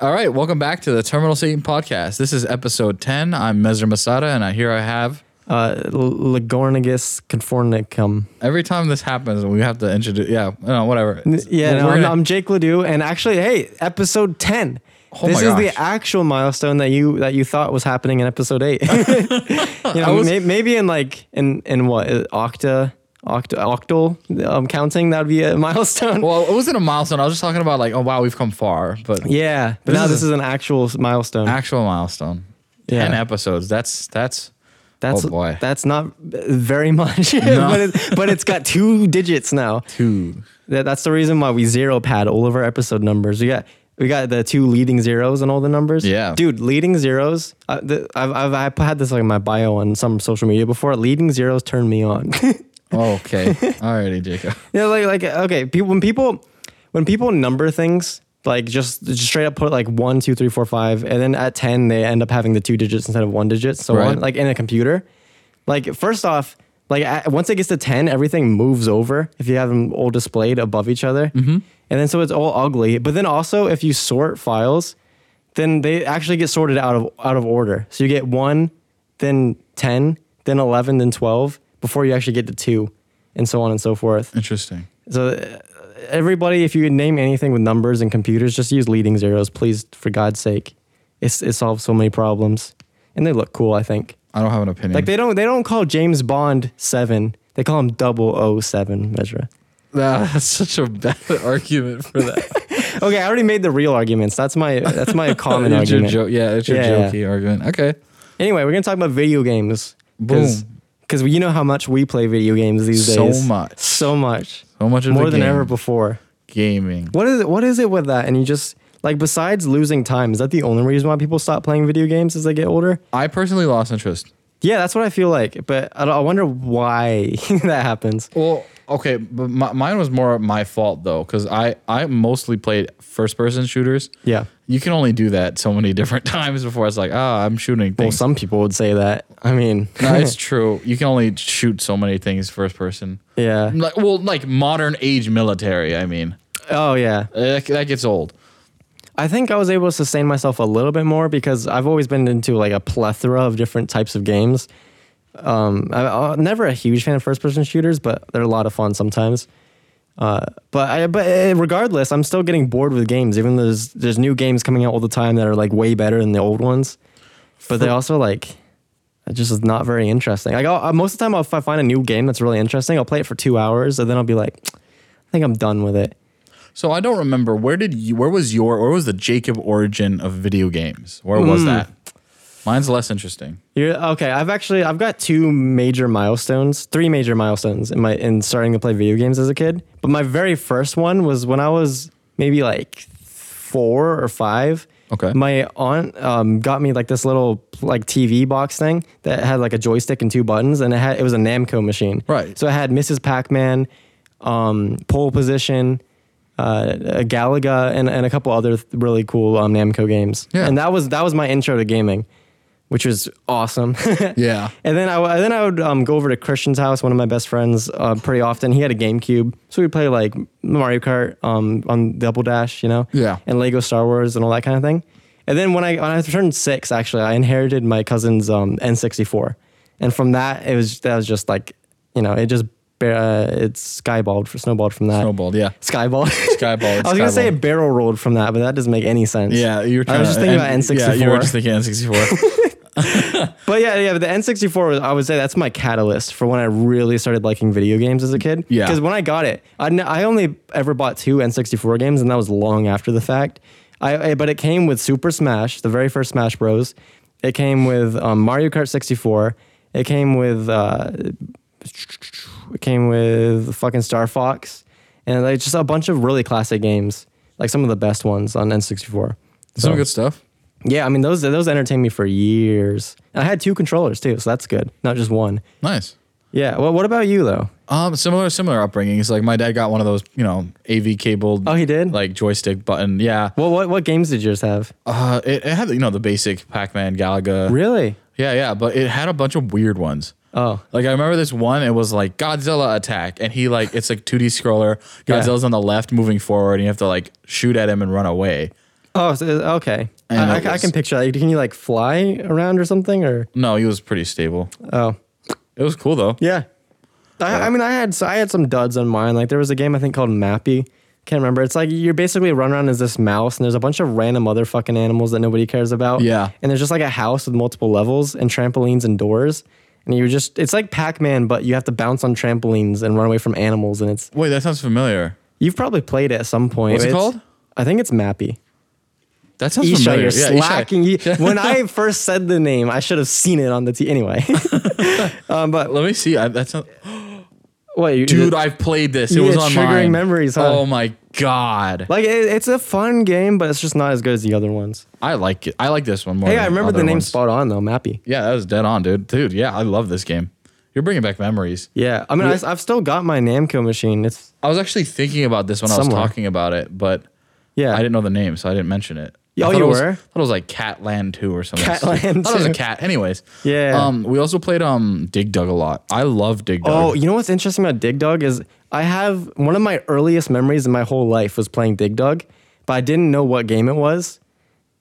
All right, welcome back to the Terminal Satan Podcast. This is episode 10. I'm Mesner Masada, and I here I have. Uh, L- Ligornigus confornicum. Every time this happens, we have to introduce. Yeah, no, whatever. Yeah, We're no, I'm, gonna- I'm Jake Ledoux, and actually, hey, episode ten. Oh this my is gosh. the actual milestone that you that you thought was happening in episode eight. you know, was- may, maybe in like in in what uh, octa octa octal um, counting that would be a milestone. well, it wasn't a milestone. I was just talking about like, oh wow, we've come far, but yeah, but This now is this a- is an actual s- milestone. actual milestone. Yeah. Ten episodes. That's that's that's oh boy. that's not uh, very much, but it, but it's got two digits now. two. That, that's the reason why we zero pad all of our episode numbers. We got we got the two leading zeros and all the numbers. Yeah. dude, leading zeros. Uh, the, I've, I've I've had this like in my bio on some social media before. Leading zeros turn me on. you Oh, okay. Alrighty, Jacob. know, like like okay, people when people when people number things. Like just, just straight up put like one, two, three, four, five, and then at ten they end up having the two digits instead of one digit, so Right. on. Like in a computer, like first off, like at, once it gets to ten, everything moves over if you have them all displayed above each other, and then so it's all ugly. But then also, if you sort files, then they actually get sorted out of out of order. So you get one, then ten, then eleven, then twelve before you actually get to two, and so on and so forth. Interesting. So uh, everybody, if you could name anything with numbers and computers, just use leading zeros, please, for God's sake. It's, it solves so many problems, and they look cool. I think. I don't have an opinion. Like they don't they don't call James Bond seven. They call him 007 Ezra. Ah, that's such a bad argument for that. Okay, I already made the real arguments. That's my that's my common It's your argument. jo- yeah, it's your Yeah, yeah. jokey argument. Okay. Anyway, we're gonna talk about video games. Boom. Because you know how much we play video games these So days. much. So much. So much of More the than game. ever before. Gaming. What is it what is it with that? And you just like besides losing time, is that the only reason why people stop playing video games as they get older? I personally lost interest. Yeah, that's what I feel like. But I, don't- I wonder why that happens. Well, okay, but my, mine was more my fault though, because I I mostly played first person shooters. Yeah. You can only do that so many different times before it's like, ah, I'm shooting Well, things. some people would say that. I mean, no, it's true. You can only shoot so many things first person. yeah. Like, well, like modern age military. I mean, Oh yeah. Uh, that, that gets old. I think I was able to sustain myself a little bit more because I've always been into like a plethora of different types of games. Um, I, I'm never a huge fan of first-person shooters, but they're a lot of fun sometimes. Uh, but I, but eh, regardless, I'm still getting bored with games. Even though there's there's new games coming out all the time that are like way better than the old ones, but they also like it just is not very interesting. Like I'll, I- most of the time, I'll, if I find a new game that's really interesting, I'll play it for two hours and then I'll be like, I think I'm done with it. So I don't remember where did you where was your where was the Jacob origin of video games? Where Hmm. was that? Mine's less interesting. You're okay. I've actually I've got two major milestones, three major milestones in my in starting to play video games as a kid. But my very first one was when I was maybe like four or five. Okay. My aunt um, got me like this little like TV box thing that had like a joystick and two buttons, and it had it was a Namco machine. Right. So it had Mrs. Pac-Man, um, Pole Position, uh, Galaga, and, and a couple other th- really cool um, Namco games. Yeah. And that was that was my intro to gaming which was awesome. Yeah. And then I w- then I would um, go over to Christian's house, one of my best friends, uh, pretty often. He had a GameCube, so we'd play like Mario Kart um, on Double Dash, you know, Yeah. and Lego Star Wars and all that kind of thing. And then when I when I turned six, actually, I inherited my cousin's um, N64, and from that it was that was just like, you know, it just ba- uh, it skyballed for snowballed from that Snowballed, yeah. skyball. Skyballed. I was gonna say skyballed. it barrel rolled from that, but that doesn't make any sense. Yeah, you were I was just thinking about N64. Yeah, you were just thinking N64. But yeah, yeah, but the N64 was, I would say that's my catalyst for when I really started liking video games as a kid. Yeah. Because when I got it, I, kn- I only ever bought two N64 games, and that was long after the fact. I, I- but it came with Super Smash, the very first Smash Bros. It came with um, Mario Kart 64. It came with uh, it came with fucking Star Fox, and like just a bunch of really classic games, like some of the best ones on N64. Some good stuff. Yeah, I mean those those entertained me for years. And I had two controllers too, so that's good, not just one. Nice. Yeah. Well, what about you though? Um, similar, similar upbringings. Like my dad got one of those, you know, AV cabled. Oh, he did? Like joystick button. Yeah. Well, what what games did yours have? Uh, it, it had you know the basic Pac-Man, Galaga. Really? Yeah, yeah. But it had a bunch of weird ones. Oh, Like I remember this one, it was like Godzilla attack, and he like it's like 2D scroller. Yeah. Godzilla's on the left, moving forward, and you have to like shoot at him and run away. Oh, so, okay. I I, know I, it I was- can picture that. Can you like fly around or something? Or No, he was pretty stable. oh, It was cool though. yeah. I, I mean, I had so I had some duds on mine. Like there was a game I think called Mappy. Can't remember. It's like you're basically run around as this mouse, and there's a bunch of random other fucking animals that nobody cares about. Yeah. And there's just like a house with multiple levels and trampolines and doors, and you just it's like Pac-Man, but you have to bounce on trampolines and run away from animals, and it's Wait, that sounds familiar. you've probably played it at some point. What's it It's- called? I think it's Mappy. That sounds Isha, familiar. you're Yeah, Isha. slacking. You- when I first said the name, I should have seen it on the T. Anyway, um, but Let me see. I, that's not, what you, dude. I've played this. It Yeah, was it's on triggering mine. memories, huh? Oh my god. like it, it's a fun game, but it's just not as good as the other ones. I like it. I like this one more. Hey, than I remember the other name ones. spot on though, Mappy. Yeah, that was dead on, dude. Dude, yeah, I love this game. You're bringing back memories. Yeah, I mean, I, have still got my Namco machine. It's I was actually thinking about this when I Somewhere. was talking about it, but yeah, I didn't know the name, so I didn't mention it. Yeah, I oh, thought you it was, were? Thought it was like Catland Two or something. Catland Thought it was a 2. cat. Anyways. Yeah. Um, we also played um Dig Dug a lot. I love Dig Dug. Oh, you know what's interesting about Dig Dug is I have one of my earliest memories in my whole life was playing Dig Dug, but I didn't know what game it was.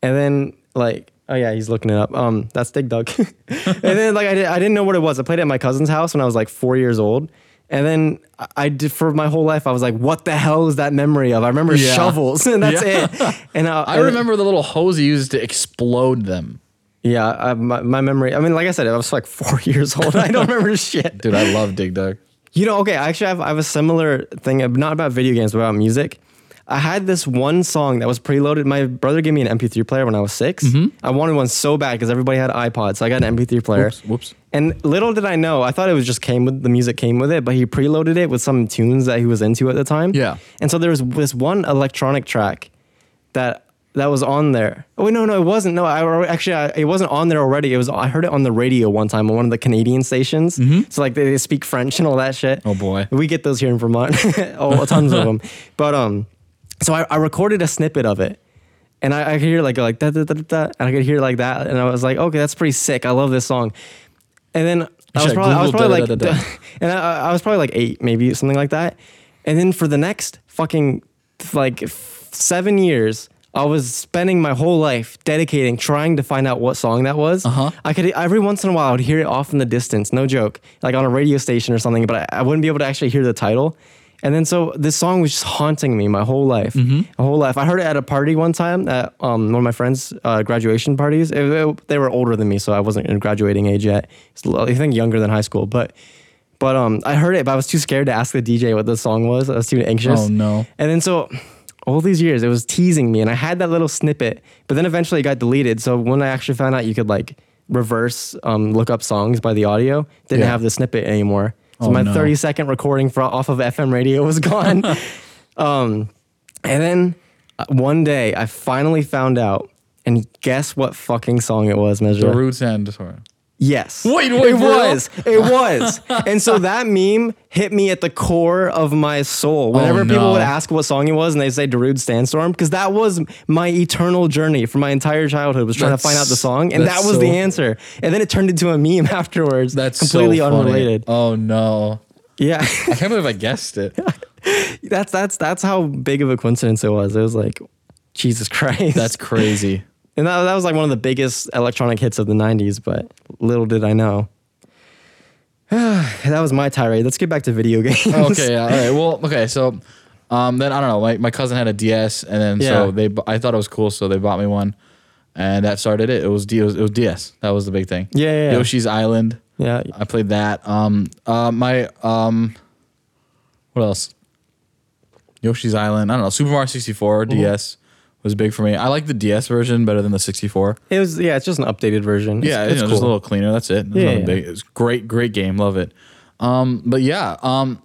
And then like, oh yeah, he's looking it up. Um, that's Dig Dug. and then like I, did, I didn't know what it was. I played it at my cousin's house when I was like four years old. And then I- I did for my whole life. I was like, what the hell is that memory of? I remember Yeah. shovels, and that's Yeah. it. And uh, I, I and- remember the little hose he used to explode them. Yeah, I, my, my memory. I mean, like I said, I was like four years old. I don't remember shit. Dude, I love Dig Dug. You know, okay, I actually have, I have a similar thing, uh, not about video games, but about music. I had this one song that was preloaded. My brother gave me an MP3 player when I was 6 Mm-hmm. I wanted one so bad because everybody had iPods. So I got an MP3 player. Whoops, whoops. And little did I know, I thought it was just came with the music came with it, but he preloaded it with some tunes that he was into at the time. Yeah. And so there was this one electronic track that that was on there. Oh wait, no, no, it wasn't. No, I alre- actually I, it wasn't on there already. It was I heard it on the radio one time on one of the Canadian stations. So like they, they speak French and all that shit. Mm-hmm. Oh, boy. we get those here in Vermont. oh, tons of them. But um, so I, I recorded a snippet of it. And I, I could hear like like da, da, da, da, da, and I could hear like that, and I was like, okay, that's pretty sick. I love this song. And then I was should probably, I was Google probably da, like, da, da, da. and I, I was probably like eight, maybe something like that. And then for the next fucking like f- seven years, I was spending my whole life dedicating, trying to find out what song that was. Uh-huh. I could every once in a while I would hear it off in the distance, no joke, like on a radio station or something, but I, I wouldn't be able to actually hear the title. And then so this song was just haunting me my whole life, my whole life. I heard it at a party one time at um, one of my friends' uh, graduation parties. It- it- they were older than me, so I wasn't in graduating age yet. It's a little- I think younger than high school, but but um, I heard it, but I was too scared to ask the DJ what the song was. I was too anxious. Oh, no. And then so all these years it was teasing me and I had that little snippet, but then eventually it got deleted. So when I actually found out you could like reverse um, look up songs by the audio, didn't Yeah. have the snippet anymore. So Oh, my no. 30 second recording for, off of FM radio was gone. um, and then uh, one day I finally found out and guess what fucking song it was, Measure? The Roots and sorry. Yes. Wait, wait, It for real? was. It was. and so that meme hit me at the core of my soul. Whenever Oh, no. people would ask what song it was and they say Darude Sandstorm, because that was my eternal journey for my entire childhood was trying That's- to find out the song. And that that's was the so- answer. And then it turned into a meme afterwards. That's so completely funny. unrelated. Oh no. Yeah. I can't believe I guessed it. that's that's that's how big of a coincidence it was. It was like Jesus Christ. That's crazy. and that, that was like one of the biggest electronic hits of the 90s, but little did I know. that was my tirade. Let's get back to video games. Oh, okay, yeah. All right. Well, okay. So, um, then I don't know. My, my cousin had a DS, and then so Yeah. they. bu- I thought it was cool, so they bought me one, and that started it. It was D, it was, it was DS. That was the big thing. Yeah, yeah, yeah. Yoshi's Island. Yeah. I played that. Um, uh, my um, what else? Yoshi's Island. I don't know. Super Mario 64 Mm-hmm. DS was big for me. I like the DS version better than the 64. It was yeah, it's just an updated version. It's- Yeah, it's, you know, just a little cleaner. That's it. There's Yeah, nothing yeah. big. It's great, great game. Love it. Um, but yeah, um,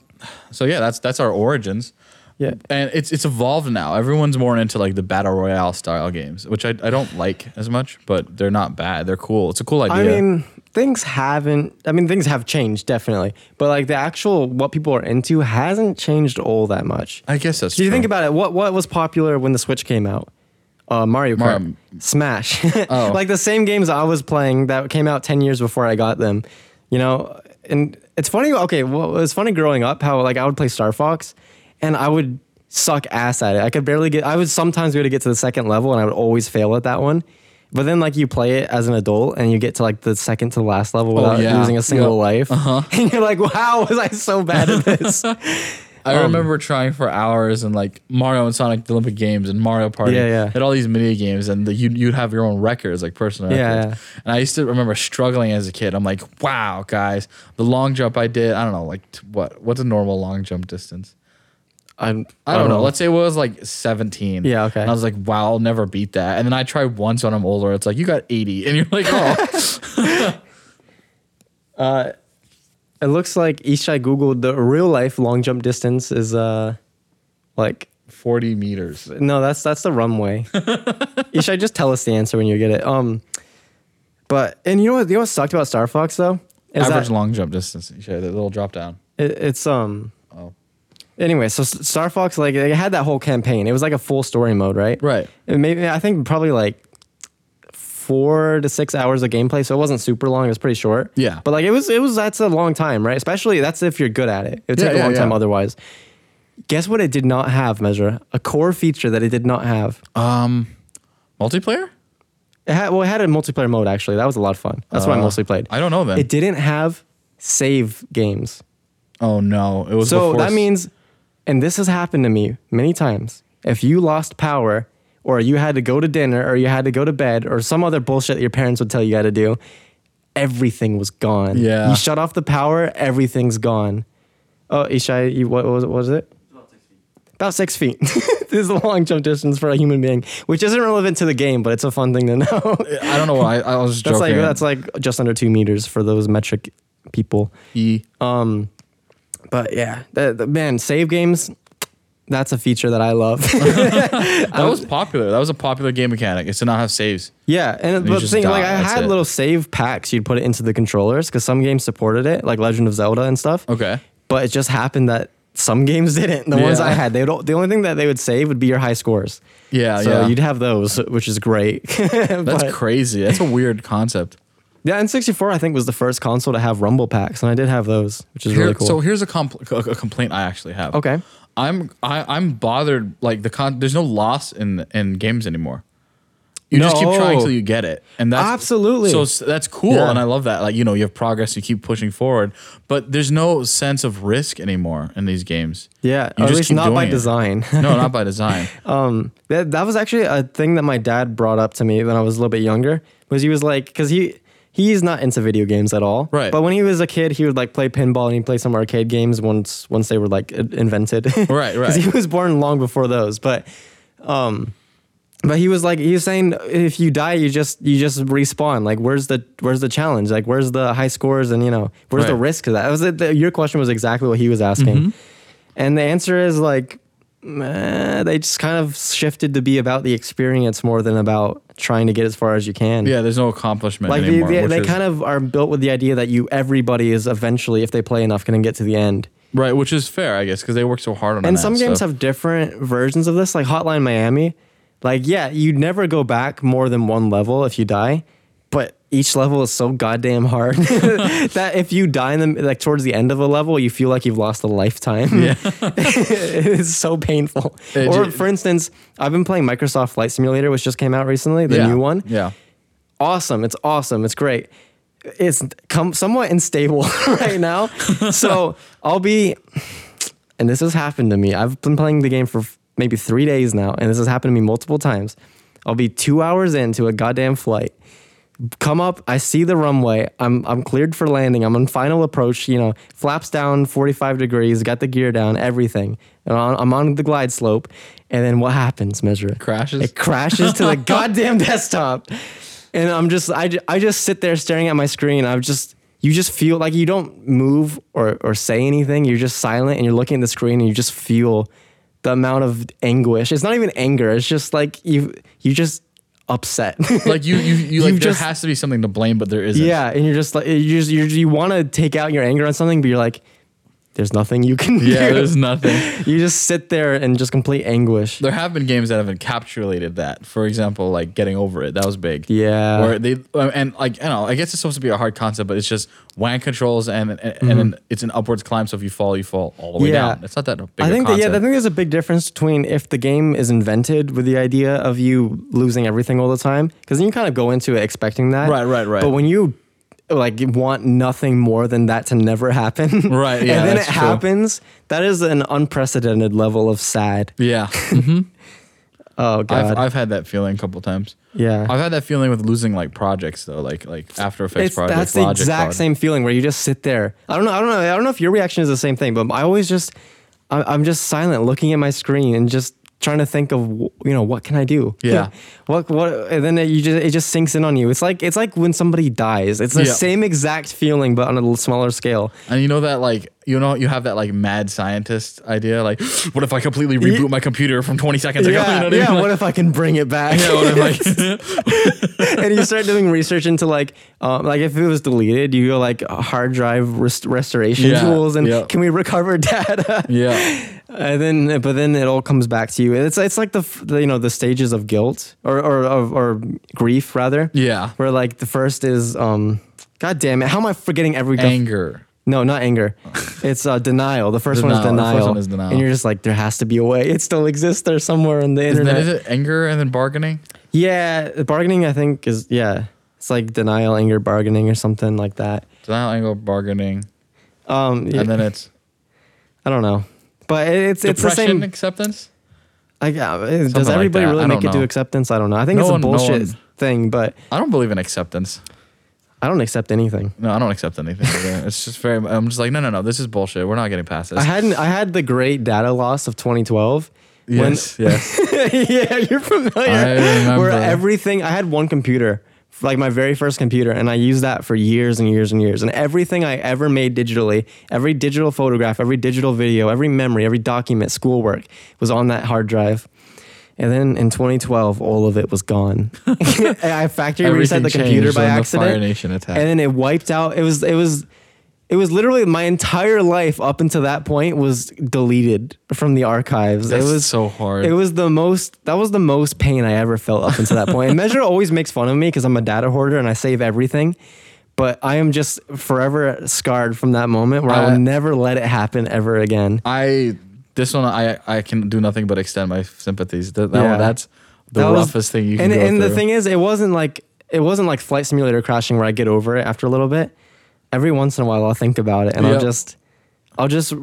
so yeah, that's that's our origins. Yeah. and it's it's evolved now. Everyone's more into like the battle royale style games, which I, I don't like as much, but they're not bad. They're cool. It's a cool I idea. mean, things haven't I mean things have changed definitely. But like the actual what people are into hasn't changed all that much. I guess that's. Do you true. think about it? What what was popular when the Switch came out? Uh, Mario Kart, Mario- Oh. Smash, like the same games I was playing that came out ten years before I got them. You know, and it's funny. Okay, well, it was funny growing up how like I would play Star Fox, and I would suck ass at it. I could barely get. I would sometimes be able to get to the second level, and I would always fail at that one. But then, like you play it as an adult, and you get to like the second to the last level without Oh, yeah. losing a single Yep. Uh-huh. life, and you're like, "Wow, was I so bad at this?" I Oh. remember trying for hours and like Mario and Sonic the Olympic Games and Mario Party. Yeah, yeah. Had all these mini games and the, you'd, you'd have your own records, like personal Yeah, records. And I used to remember struggling as a kid. I'm like, wow, guys, the long jump I did, I don't know, like t- what what's a normal long jump distance? I'm, I don't know. Let's say it was like 17. Yeah, okay. And I was like, wow, I'll never beat that. And then I tried once when I'm older. It's like, you got 80. And you're like, oh. It looks like Ishai googled the real life long jump distance is uh, like 40 meters. No, that's that's the runway. you should just tell us the answer when you get it. Um, but and you know what? You know what sucked about Star Fox though? Is Average that long jump distance. You should- The little drop down. it, it's um. Oh. Anyway, so S- Star Fox like it had that whole campaign. It was like a full story mode, right? Right. It maybe I think probably like four to six hours of gameplay, so it wasn't super long. It was pretty short. Yeah. but like it was it was that's a long time, right? Especially that's if you're good at it. It would Yeah, take a yeah, long time yeah. otherwise. Guess what? It did not have measure a core feature that it did not have. Um, Multiplayer? It had, well, it had a multiplayer mode actually. That was a lot of fun. That's what I Uh, mostly played. I don't know then. It didn't have save games, Oh no! It was so before that means, and this has happened to me many times. If you lost power, or you had to go to dinner, or you had to go to bed, or some other bullshit that your parents would tell you how to do, everything was gone. Yeah. you shut off the power, everything's gone. Oh, Ishai, you, what, what was it? What was it? About six feet. this is a long jump distance for a human being, which isn't relevant to the game, but it's a fun thing to know. I don't know why I, I was just That's like joking. that's like just under two meters for those metric people. E. Um, but yeah, the, the, man, save games. That's a feature that I love. that was popular. That was a popular game mechanic. It's to not have saves. yeah, and you but the just thing, die, like I that's had it. little save packs. You'd put it into the controllers because some games supported it, like Legend of Zelda and stuff. Okay. But it just happened that some games didn't. The ones Yeah. I had, they would, the only thing that they would save would be your high scores. Yeah, so yeah. you'd have those, which is great. That's But- crazy. That's a weird concept. Yeah, N64 I think was the first console to have rumble packs, and I did have those, which is really Here- cool. So here's a, compl- a a complaint I actually have. Okay. I'm I, I'm bothered. Like the con, there's no loss in in games anymore. You just keep No. trying till you get it, and that's Absolutely. So s- that's cool, Yeah. and I love that. Like you know, you have progress, you keep pushing forward, but there's no sense of risk anymore in these games. yeah, you or at least not by doing it. design. no, not by design. um, that, that was actually a thing that my dad brought up to me when I was a little bit younger. Was he was like, because he he's not into video games at all. Right. But when he was a kid, he would like play pinball and he'd play some arcade games once once they were like in- invented. Right, right. he was born long before those, but. Um, but he was like he was saying if you die you just you just respawn like where's the where's the challenge like where's the high scores and you know where's the Right. Mm-hmm. risk of that, that was it, the, your question was exactly what he was asking and the answer is like meh, they just kind of shifted to be about the experience more than about trying to get as far as you can Yeah, there's no accomplishment like they, anymore. they, which they is- kind of are built with the idea that you everybody is eventually if they play enough going to get to the end Right, which is fair, I guess, because they work so hard on it. and some games have different versions of this, like Hotline Miami. Like, yeah, you'd never go back more than one level if you die, but each level is so goddamn hard that if you die in the like towards the end of a level, you feel like you've lost a lifetime. Yeah. it's so painful. It- or for instance, I've been playing Microsoft Flight Simulator, which just came out recently, the yeah. new one Yeah. awesome. It's awesome. It's great. It's come somewhat unstable right now. So I'll be, and this has happened to me. I've been playing the game for f- maybe three days now, and this has happened to me multiple times. I'll be two hours into a goddamn flight. Come up, I see the runway. I'm I'm cleared for landing. I'm on final approach. You know, flaps down 45 degrees. Got the gear down. Everything. And on, I'm on the glide slope. And then what happens? Measure it Crashes? It crashes to the goddamn desktop. And I'm just, I, ju- I just sit there staring at my screen. I'm just, you just feel like you don't move or, or say anything. You're just silent and you're looking at the screen and you just feel the amount of anguish. It's not even anger. It's just like you, you just upset. Like you, you, you like You've there just- has to be something to blame, but there isn't. yeah. And you're just like, you just, you you want to take out your anger on something, but you're like, there's nothing you can Yeah, do. there's nothing. you just sit there in just complete anguish. There have been games that have encapsulated that. For example, like getting over it. That was big. Yeah. Where they uh, and like I don't know. I guess it's supposed to be a hard concept, but it's just wang controls and and, and then it's an upwards climb. So if you fall, you fall all the way Mm-hmm. Yeah. down. It's not that big. I a think that, yeah, I concept. think there's a big difference between if the game is invented with the idea of you losing everything all the time, because then you kind of go into it expecting that. Right, right, right. But when you like want nothing more than that to never happen, Right, yeah, and then that's it true. happens. That is an unprecedented level of sad. yeah. Oh god, I've, I've had that feeling a couple times. yeah. I've had that feeling with losing like projects though, like like After Effects it's, projects. that's the Logic exact projects. same feeling where you just sit there. I don't know. I don't know. I don't know if your reaction is the same thing, but I always just, I- I'm just silent, looking at my screen and just trying to think of, w- you know, what can I do? Yeah. what what? And then it, you just it just sinks in on you. It's like it's like when somebody dies. It's the Yeah. same exact feeling, but on a little smaller scale. And you know that like you know you have that like mad scientist idea like what if I completely reboot my computer from 20 seconds ago? You know Yeah. what I mean? yeah. Like, "Oh, What if I can bring it back? yeah, what if I- and you start doing research into like, um, like if it was deleted, you go like hard drive rest- restoration Yeah, tools, and yeah. can we recover data? yeah. And then, but then it all comes back to you. It's it's like the, f- the you know the stages of guilt or or or, or grief rather. Yeah. Where like the first is um, god damn it, how am I forgetting every? def- Anger. no, not anger. it's uh, denial. The first one is Denial. The denial. first one is denial. And you're just like, there has to be a way. It still exists there somewhere on the Isn't internet. that, is it anger and then bargaining? Yeah, bargaining. I think is yeah. It's like denial, anger, bargaining, or something like that. Denial, anger, bargaining, Um, and then it's I don't know, but it- it's it's the depression same. acceptance. I, uh, Something like does everybody that. I really don't make it know. to acceptance? I don't know. I think No it's a one- no bullshit one- thing, but I don't believe in acceptance. I don't accept anything. No, I don't accept anything. uh, it's just very. I'm just like no, no, no. This is bullshit. We're not getting past this. I had I had the great data loss of 2012. when- yes, yes. yeah, you're familiar. I remember. Where everything I had one computer, like my very first computer, and I used that for years and years and years. And everything I ever made digitally, every digital photograph, every digital video, every memory, every document, schoolwork was on that hard drive. And then in 2012, all of it was gone. And I factory reset Everything the computer changed by when the accident. Fire Nation attack. and then it wiped out it was it was it was literally my entire life up until that point was deleted from the archives That's it was so hard. it was the most that was the most pain i ever felt up until that point and measure always makes fun of me because i'm a data hoarder and i save everything but i am just forever scarred from that moment where i I- will never let it happen ever again I this one I I can do nothing but extend my sympathies. That, that Yeah. one, that's the That was- roughest thing you can and, go and through. the thing is it wasn't like it wasn't like flight simulator crashing where i get over it after a little bit every once in a while i'll think about it and i'll Yep. just i'll just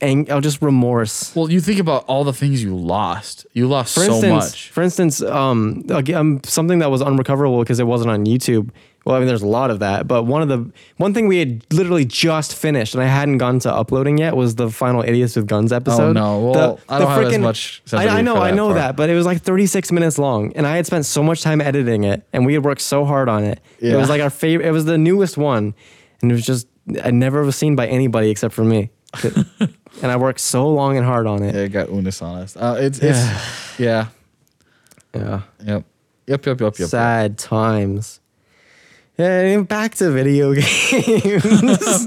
ang- i'll just remorse well, you think about all the things you lost. You lost for so instance much. for instance um, like, um something that was unrecoverable because it wasn't on youtube well i mean there's a lot of that but one of the one thing we had literally just finished and i hadn't gone to uploading yet was the final idiots with guns episode Oh, no. The- Well, I the don't have as frickin- much I, I sympathy know for i that know part. that but it was like 36 minutes long and i had spent so much time editing it and we had worked so hard on it it Yeah. was like our favorite it was the newest one and it was just i never was seen by anybody except for me and i worked so long and hard on it Yeah, it got unis on us. Uh, it's it's yeah. yeah. Yep. Yep. Yep. Yep. Yep. Sad times. Yeah, and back to video games.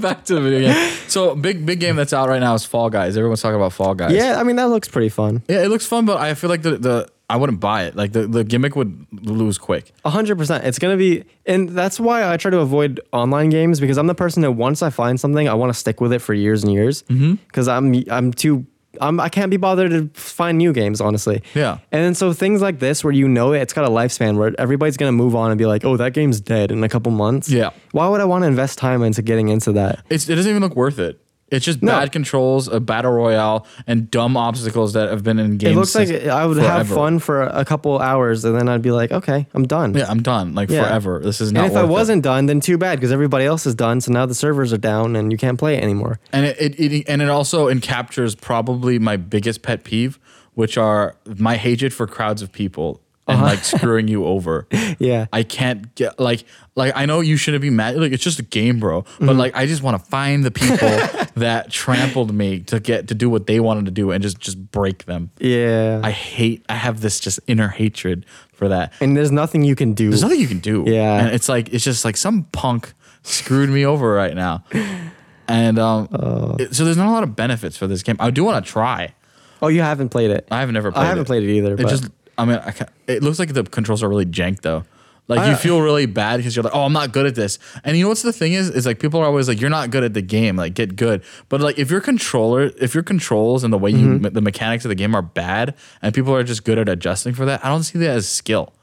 Back to the video game. So big big game that's out right now is Fall Guys. Everyone's talking about Fall Guys. yeah, I mean that looks pretty fun. Yeah, it looks fun, but I feel like the, the I wouldn't buy it. Like the, the gimmick would lose quick. hundred percent. It's gonna be, and that's why I try to avoid online games because I'm the person that once I find something, I want to stick with it for years and years. Mm-hmm. Because I'm, I'm too, I'm, I can't be bothered to find new games, honestly. Yeah. And then so things like this, where you know it, it's got a lifespan where everybody's gonna move on and be like, oh, that game's dead in a couple months. Yeah. Why would I want to invest time into getting into that? It's, it doesn't even look worth it. It's just No. bad controls, a battle royale, and dumb obstacles that have been in games. It looks like since I would have forever. fun for a couple hours and then I'd be like, okay, I'm done. Yeah, I'm done. Like Yeah. forever. This is not. and if I worth it. wasn't done, then too bad because everybody else is done. So now the servers are down and you can't play it anymore. and it, it, it and it also and captures probably my biggest pet peeve, which are my hatred for crowds of people and like screwing you over. Uh-huh. Yeah. I can't get like like I know you shouldn't be mad. Like it's just a game, bro. But Mm-hmm. like I just want to find the people that trampled me to get to do what they wanted to do and just just break them. yeah. I hate. I have this just inner hatred for that. and there's nothing you can do. There's nothing you can do. Yeah. and it's like it's just like some punk screwed me over right now. And um, it- so there's not a lot of benefits for this game. I do want to try. Oh, you haven't played it. I have never. Played haven't played it either, It but- just. I mean, I ca it looks like the controls are really jank though. Like you feel really bad because you're like, oh, I'm not good at this. And you know what's the thing is, is like people are always like, you're not good at the game. Like get good. But like if your controller, if your controls and the way Mm-hmm. you the mechanics of the game are bad, and people are just good at adjusting for that, I don't see that as skill.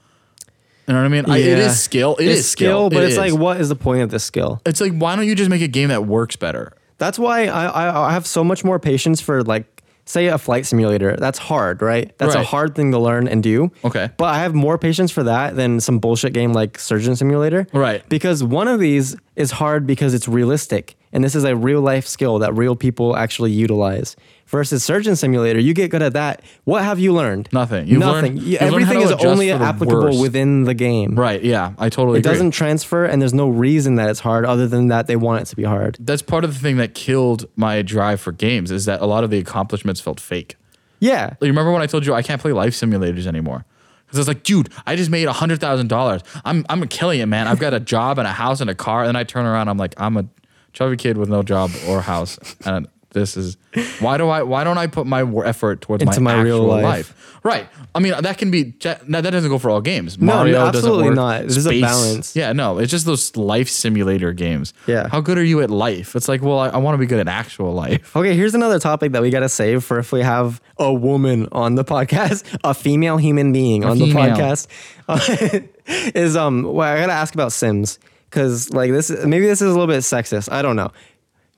You know what I mean? I, it Yeah. is skill. It it's is skill, but It it's is. like, what is the point of this skill? it's like why don't you just make a game that works better? That's why I, I, I have so much more patience for like say a flight simulator. That's hard, right? That's a Right. hard thing to learn and do. Okay. But I have more patience for that than some bullshit game like Surgeon Simulator. Right. Because one of these is hard because it's realistic. And this is a real life skill that real people actually utilize. Versus Surgeon Simulator, you get good at that. What have you learned? Nothing. You've learned- Nothing. you've learned how Everything to is adjust only for the applicable worst. within the game. Right? Yeah, I totally. It doesn't transfer, and there's no reason that it's hard other than that they want it to be hard. that's part of the thing that killed my drive for games is that a lot of the accomplishments felt fake. Yeah. Like, remember when I told you I can't play life simulators anymore? Because I was like, dude, I just made hundred thousand dollars. I'm I'm killing it, man. I've got a job and a house and a car. And then I turn around, I'm like, I'm a chubby kid with no job or house. And this is why do I why don't I put my wor- effort towards Into my, my real actual life. Right. I mean, that can be that, that doesn't go for all games. No, Mario doesn't absolutely work. not. There's a Space- balance. Yeah, no, it's just those life simulator games. Yeah. How good are you at life? It's like, well, I, I want to be good at actual life. Okay, here's another topic that we gotta save for if we have a woman on the podcast, a female human being on female. the podcast. Uh, is um, well, I gotta ask about Sims because like this, maybe this is a little bit sexist. I don't know.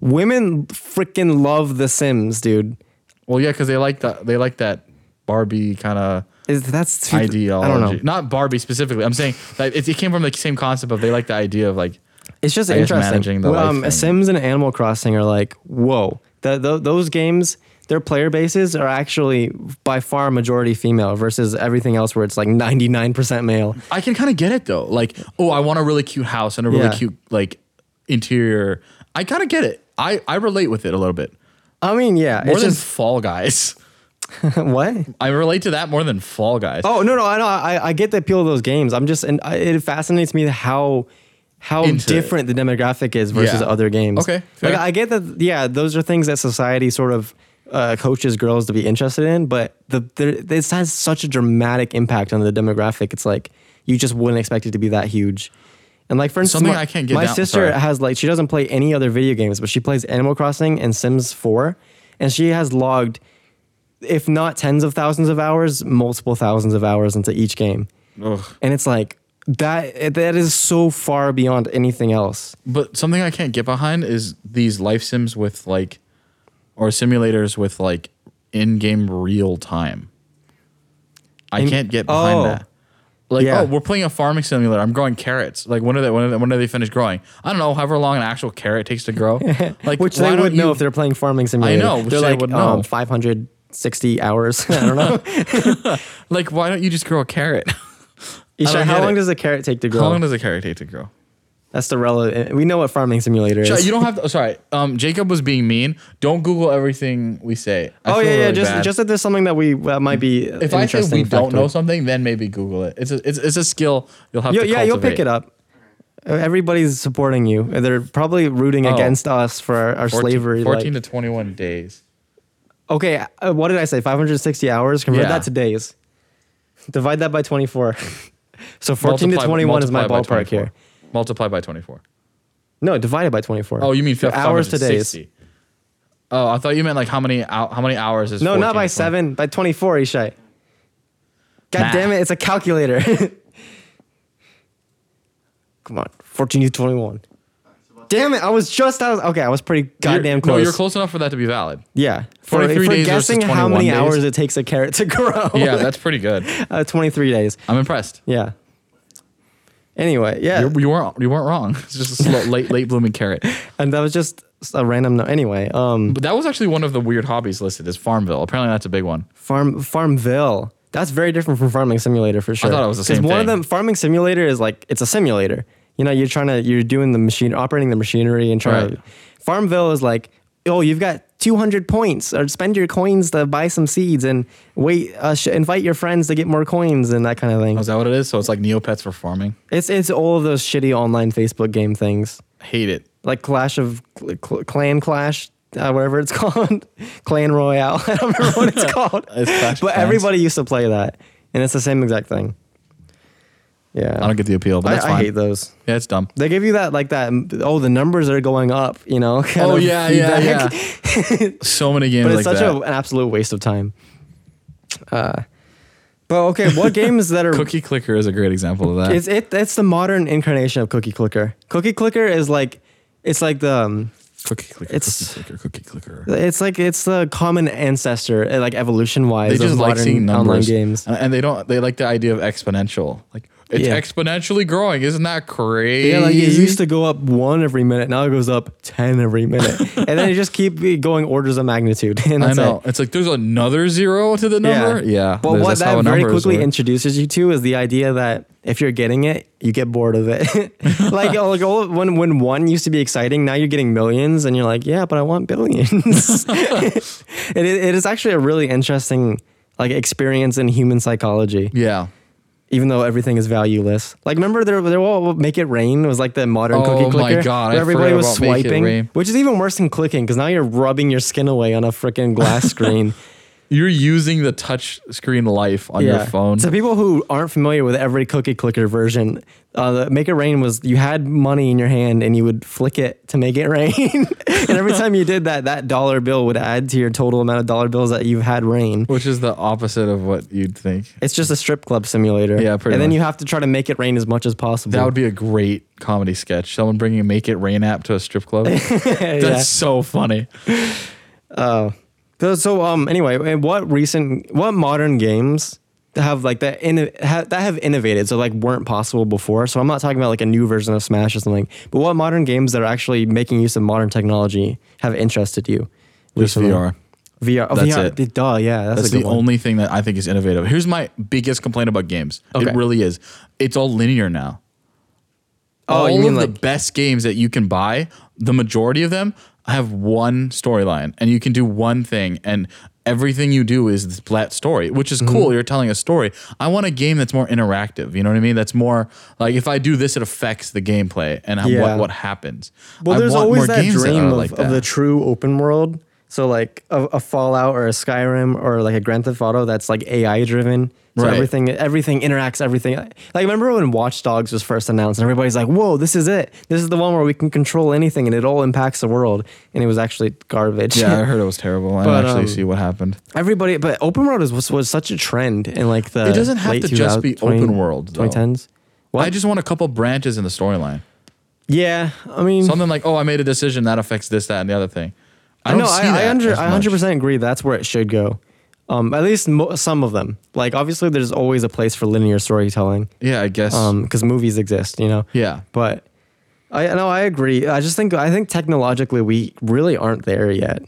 Women freaking love the Sims, dude. Well, yeah, because they like that they like that Barbie kind of Is that's too, ideology. I don't know. Not Barbie specifically. I'm saying that it, it came from the same concept of they like the idea of like It's just guess interesting. managing the well, life um, thing. Sims and Animal Crossing are like, whoa. The, tho- those games, their player bases are actually by far majority female versus everything else where it's like 99% male. I can kind of get it though. Like, oh, I want a really cute house and a really Yeah. cute like interior. I kind of get it. I I relate with it a little bit I mean, yeah. more it's than just Fall Guys. what? I relate to that more than Fall Guys. Oh no, no, I know. I, I get the appeal of those games. I'm just, and I, it fascinates me how how Into it. different the demographic is versus Yeah. other games. Okay, fair. like, I get that. Yeah, those are things that society sort of uh, coaches girls to be interested in, but the, the this has such a dramatic impact on the demographic. It's like you just wouldn't expect it to be that huge. And like for instance, Something my, I can't get my down- sister sorry. has like she doesn't play any other video games, but she plays Animal Crossing and Sims 4, and she has logged if not tens of thousands of hours, multiple thousands of hours into each game. And it's like that that is so far beyond anything else. But something I can't get behind is these life sims with like, or simulators with like in game real time. I can't get behind oh. that. Like, Yeah. oh, we're playing a farming simulator. I'm growing carrots. Like, when are they? When are they, when are they finished growing? I don't know. However long an actual carrot takes to grow. Like, Which why they don't would know you- if they're playing farming simulator. know, which they're they like would know. Um, 560 hours. I don't know. Like, why don't you just grow a carrot? Isha, get how long it. does a carrot take to grow? How long does a carrot take to grow? That's the relevant. We know what farming simulator Yeah, is. You don't have. To, sorry, um, Jacob was being mean. Don't Google everything we say. I oh feel yeah, yeah. really Just bad. just that there's something that we that might be. if I say we don't know something, then maybe Google it. It's a, it's, it's a skill you'll have you, to yeah, you'll pick it up. Uh, Everybody's supporting you. They're probably Oh. rooting against us for our, our slavery. like- 14 to 21 days. Okay, uh, what did I say? 560 hours? Convert Yeah. that to days. Divide that by 24. so 14 to 21 is my multiply by ballpark here. 24. Multiply by 24. No, divided by 24. Oh, you mean So 50, hours to days? 60. Oh, I thought you meant like how many hou- how many hours is No, 14 not to 20? by seven, by 24, Ishai. God Math. damn it, it's a calculator. Come on, 14 to 21. Damn it, I was just out. Okay, I was pretty goddamn You're- close. No, you're close enough for that to be valid. Yeah. For, 43 for days versus guessing how 21 many days. hours it takes a carrot to grow. Yeah, that's pretty good. uh, 23 days. I'm impressed. Yeah. Anyway, yeah. You're, you weren't you weren't wrong. It's just a slow, late late blooming carrot. and that was just a random note. Anyway, um, But that was actually one of the weird hobbies listed is Farmville. Apparently that's a big one. farm Farmville. That's very different from Farming Simulator for sure. thought it was the 'Cause same one thing. of them, Farming Simulator, is like it's a simulator. You know, you're trying to you're doing the machine, operating the machinery, and trying. Right. to... Farmville is like, oh, you've got 200 points, or spend your coins to buy some seeds, and wait, uh, sh- invite your friends to get more coins, and that kind of thing. Is that what it is? So it's like Neopets for farming. It's it's all of those shitty online Facebook game things. Hate it. like Clash of Cl- Cl- Clan Clash, uh, whatever it's called, Clan Royale. I don't remember what it's called. It's Clash of but Clans. everybody used to play that, and it's the same exact thing. Yeah, I don't get the appeal, but I- that's I fine. hate those. Yeah, it's dumb. They give you that like that. Oh, the numbers are going up. You know. kind Oh of yeah, yeah, feedback. yeah. so many games But like it's such that. a, an absolute waste of time. Uh, but okay, what games that are Cookie Clicker is a great example of that. It's it. It's the modern incarnation of Cookie Clicker. Cookie Clicker is like, it's like the, um, cookie Clicker. it's- cookie Clicker. Cookie Clicker. it's like it's the common ancestor, uh, like evolution wise. They just of like modern seeing online numbers, games. and and they don't. They like the idea of exponential. Like it's Yeah. exponentially growing. Isn't that crazy? Yeah, like it used to go up one every minute. Now it goes up ten every minute, and then you just keep going orders of magnitude. And I that's know. It. It's like there's another zero to the number. Yeah, But there's- what that's how that very numbers quickly work. introduces you to is the idea that if you're getting it, you get bored of it. like oh, like all, when when one used to be exciting, now you're getting millions, and you're like, yeah, but I want billions. it, it is actually a really interesting like experience in human psychology, yeah. even though everything is valueless. Like remember there there was Make It Rain was like the modern Oh cookie my clicker. God, I where everybody forgot was about Make It Rain. swiping, which is even worse than clicking because now you're rubbing your skin away on a freaking glass screen. You're using the touch screen life on your phone. So people who aren't familiar with every cookie clicker version, uh, the Make It Rain was you had money in your hand and you would flick it to make it rain, and every time you did that, that dollar bill would add to your total amount of dollar bills that you've had rain. which is the opposite of what you'd think. It's just a strip club simulator. Yeah, pretty And then much. you have to try to make it rain as much as possible. That would be a great comedy sketch. Someone bringing a Make It Rain app to a strip club. That's Yeah. so funny. Oh. So, so um anyway, and what recent what modern games have like that in have, that have innovated so like weren't possible before. So I'm not talking about like a new version of Smash or something, but what modern games that are actually making use of modern technology have interested you? Just recently? VR. VR. Oh, That's VR. it. Duh, yeah, that's, That's a good the one. only thing that I think is innovative. Here's my biggest complaint about games. Okay. It really is. It's all linear now. Oh, all you mean of the like- best games that you can buy, the majority of them have one storyline and you can do one thing and everything you do is this flat story, which Mm-hmm. is cool. You're telling a story. I want a game that's more interactive. You know what I mean? That's more like if I do this, it affects the gameplay and how Yeah. what, what happens. Well, I there's want always more that games that dream are of, like of that. the true open world. So like a, a Fallout or a Skyrim or like a Grand Theft Auto that's like AI driven. So Right. everything everything interacts everything. Like remember when Watch Dogs was first announced and everybody's like, "Whoa, this is it! This is the one where we can control anything and it all impacts the world." And it was actually garbage. yeah, I heard it was terrible. I don't But, actually um, see what happened. everybody. But open world is, was was such a trend in like the It doesn't have late to just be 2000 open world, though. 2010s. I just want a couple branches in the storyline. Yeah, I mean, Something like, oh, I made a decision that affects this, that, and the other thing. I No, don't see I, that. I, under, as I much. 100% agree that's where it should go. Um, at least mo- some of them. Like, obviously, there's always a place for linear storytelling Yeah, I guess. because movies exist, you know? yeah. But I no, I agree. I just think I think technologically we really aren't there yet.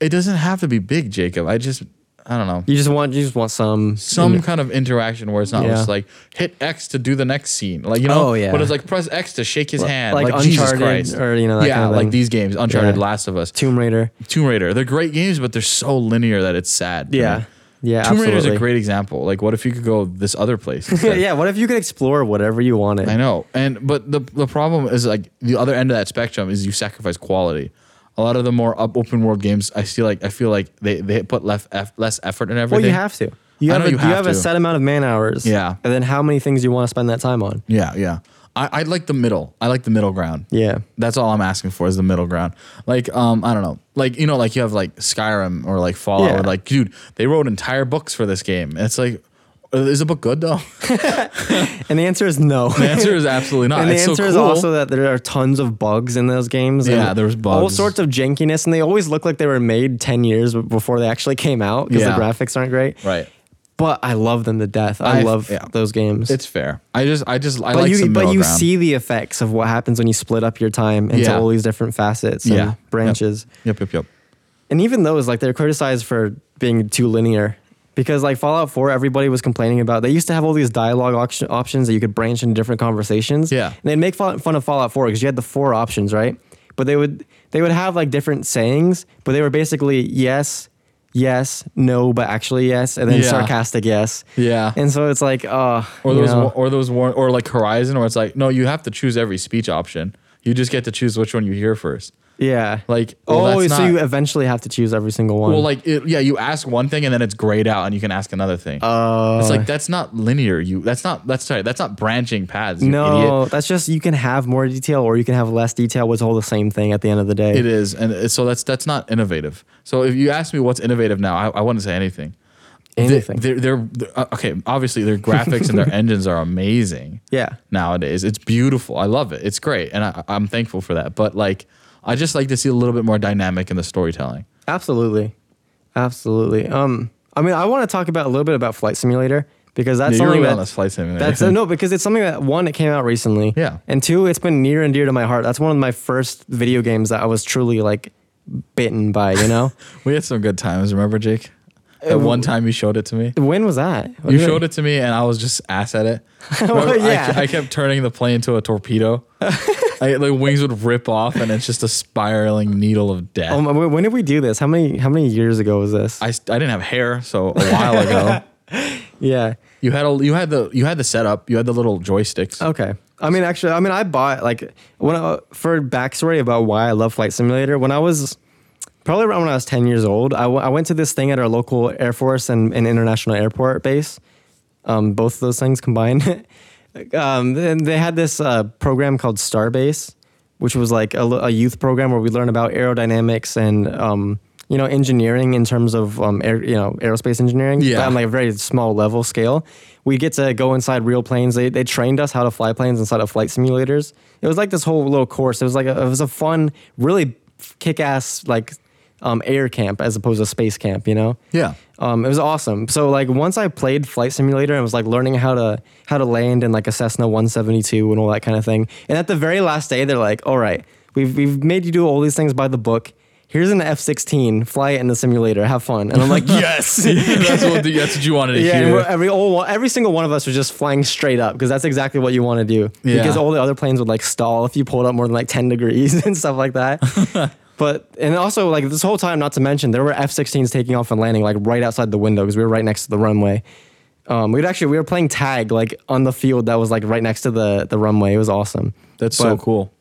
It doesn't have to be big, Jacob. I just, I don't know. You just want you just want some Some kind of interaction where it's not Mm. Yeah. just like hit X to do the next scene, like you know, Oh, yeah. but it's like press X to shake his hand, like like, Jesus Uncharted Christ, or, you know, that yeah, kind of like thing. these games, Uncharted, Yeah. Last of Us, Tomb Raider. Tomb Raider. They're great games, but they're so linear that it's sad. to Yeah, me. yeah, Tomb Raider is a absolutely. great example. Like, what if you could go this other place? instead? yeah, what if you could explore whatever you wanted? I know. And but the the problem is like the other end of that spectrum is you sacrifice quality. A lot of the more up open world games, I feel like I feel like they they put less eff- less effort in well, everything. you have to. You I have, know a, you you have have, to. a set amount of man hours. Yeah. and then how many things you want to spend that time on? Yeah, yeah. I, I like the middle. I like the middle ground. Yeah. That's all I'm asking for is the middle ground. Like, um, I don't know. Like, you know, like you have like Skyrim or like Fallout. Yeah. Or like, dude, they wrote entire books for this game. It's like, uh, is the book good though? And the answer is no. The answer is absolutely not. And the Uh, it's answer so cool. is also that there are tons of bugs in those games. and Yeah, there's All bugs. sorts of jankiness, and they always look like they were made 10 years b- before they actually came out because Yeah. the graphics aren't great. right. But I love them to death. I, I- love yeah. those games. It's fair. I just, I just, I but like you, some but middle you ground. see the effects of what happens when you split up your time into Yeah. all these different facets and Yeah. Yep. branches. Yep, yep, yep. And even those, like, they're criticized for being too linear. Because like Fallout 4, everybody was complaining about. They used to have all these dialogue option, options that you could branch into different conversations. Yeah. and they'd make fun, fun of Fallout 4 because you had the four options, right? But they would they would have like different sayings, but they were basically yes, yes, no, but actually yes, and then Yeah. sarcastic yes. Yeah. and so it's like, oh, Or those, wa- or those, war- or like Horizon, where it's like, no, you have to choose every speech option. You just get to choose which one you hear first. Yeah. Like, well, oh, that's so not- you eventually have to choose every single one. Well, like, it, yeah, you ask one thing and then it's grayed out, and you can ask another thing. Oh. it's like that's not linear. You that's not that's sorry that's not branching paths. You no, idiot. that's just you can have more detail or you can have less detail. It's all the same thing at the end of the day. it is, and it- so that's that's not innovative. So if you ask me what's innovative now, I, I wouldn't say anything. They- Anything. They're, they're, they're- uh, okay. Obviously, their graphics and their engines are amazing. yeah. Nowadays, it's beautiful. I love it. It's great, and I, I'm thankful for that. But like, I just like to see a little bit more dynamic in the storytelling. Absolutely. Absolutely. Um, I mean, I want to talk about a little bit about Flight Simulator because that's Yeah, you're something really that, on this flight simulator. That's uh, no, because it's something that one, it came out recently. Yeah. And two, it's been near and dear to my heart. That's one of my first video games that I was truly like bitten by, you know? We had some good times, remember, Jake? At one time you showed it to me. when was that? You showed it to me, and I was just ass at it. Well, Remember, I- yeah. I, kept turning the plane into a torpedo. I, the wings would rip off, and it's just a spiraling needle of death. Um, wh- when did we do this? How many how many years ago was this? I, I didn't have hair, so a while ago yeah. you had a, you had the you had the setup, you had the little joysticks. Okay. I mean, actually, I mean, I bought like when I, for backstory about why I love Flight Simulator. When I was probably around when I was ten years old, I, w- I went to this thing at our local Air Force and, and international airport base. Um, both of those things combined, um, and they had this uh, program called Starbase, which was like a, l- a youth program where we learn about aerodynamics and um, you know engineering in terms of um, air, you know aerospace engineering. Yeah. But on like a very small level scale. We get to go inside real planes. They, they trained us how to fly planes inside of flight simulators. It was like this whole little course. It was like a, it was a fun, really kick ass like um, air camp as opposed to space camp. You know. Yeah, Um, it was awesome. So like once I played Flight Simulator and was like learning how to how to land in like a Cessna 172 and all that kind of thing. And at the very last day, they're like, "All right, we've we've made you do all these things by the book. Here's an F16. Fly it in the simulator. Have fun." And I'm like, "Yes." that's what the, that's what you wanted to Yeah, and hear. we're, every all, every single one of us was just flying straight up because that's exactly what you want to do. Yeah. Because all the other planes would like stall if you pulled up more than like ten degrees and stuff like that. but and also like this whole time, not to mention there were F-16s taking off and landing like right outside the window because we were right next to the runway. Um, we'd actually we were playing tag like on the field that was like right next to the the runway. It was awesome. that's so But- cool.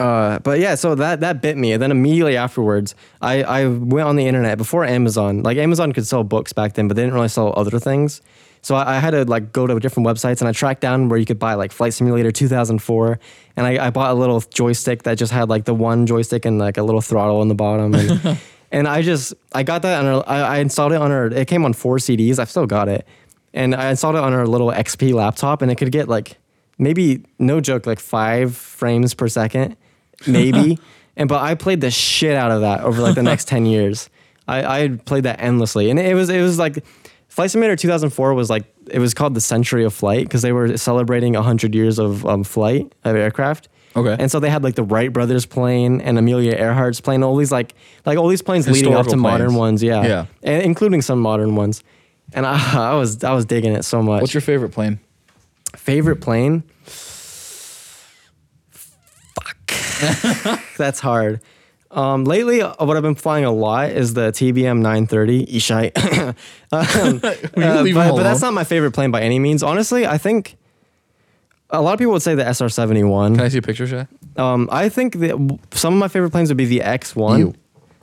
uh, but yeah, so that that bit me, and then immediately afterwards, I I went on the internet before Amazon. Like Amazon could sell books back then, but they didn't really sell other things. So I, I had to like go to different websites and I tracked down where you could buy like Flight Simulator 2004, and I, I bought a little joystick that just had like the one joystick and like a little throttle on the bottom. And, and I just I got that and I, I installed it on our. It came on four CDs. I've still got it, and I installed it on our little XP laptop, and it could get like maybe no joke like five frames per second maybe. and but I played the shit out of that over like the next ten years. I, I played that endlessly, and it was it was like Flight Simulator 2004 was like it was called the Century of Flight because they were celebrating hundred years of um, flight of aircraft. Okay. and so they had like the Wright brothers plane and Amelia Earhart's plane, all these like like all these planes leading up to Historical modern planes. ones, yeah, Yeah. and including some modern ones. And I, I was I was digging it so much. What's your favorite plane? Favorite plane? Fuck. That's hard. Um, lately, uh, what I've been flying a lot is the TBM 930 Ishai. um, uh, leave but, him but that's alone? not my favorite plane by any means. Honestly, I think a lot of people would say the SR 71. Can I see a picture, Shy? Um, I think that w- some of my favorite planes would be the X1. You.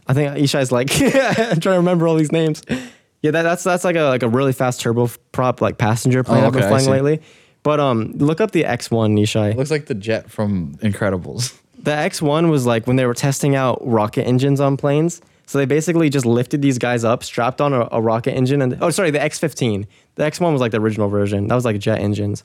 I think Ishai's like I'm trying to remember all these names. Yeah, that, that's that's like a like a really fast turboprop like passenger plane Oh, I've been okay, I flying see. lately. But um, look up the X1, Ishai. Looks like the jet from Incredibles. The X1 was like when they were testing out rocket engines on planes. So they basically just lifted these guys up, strapped on a, a rocket engine, and oh, sorry, the X15. The X1 was like the original version. That was like jet engines.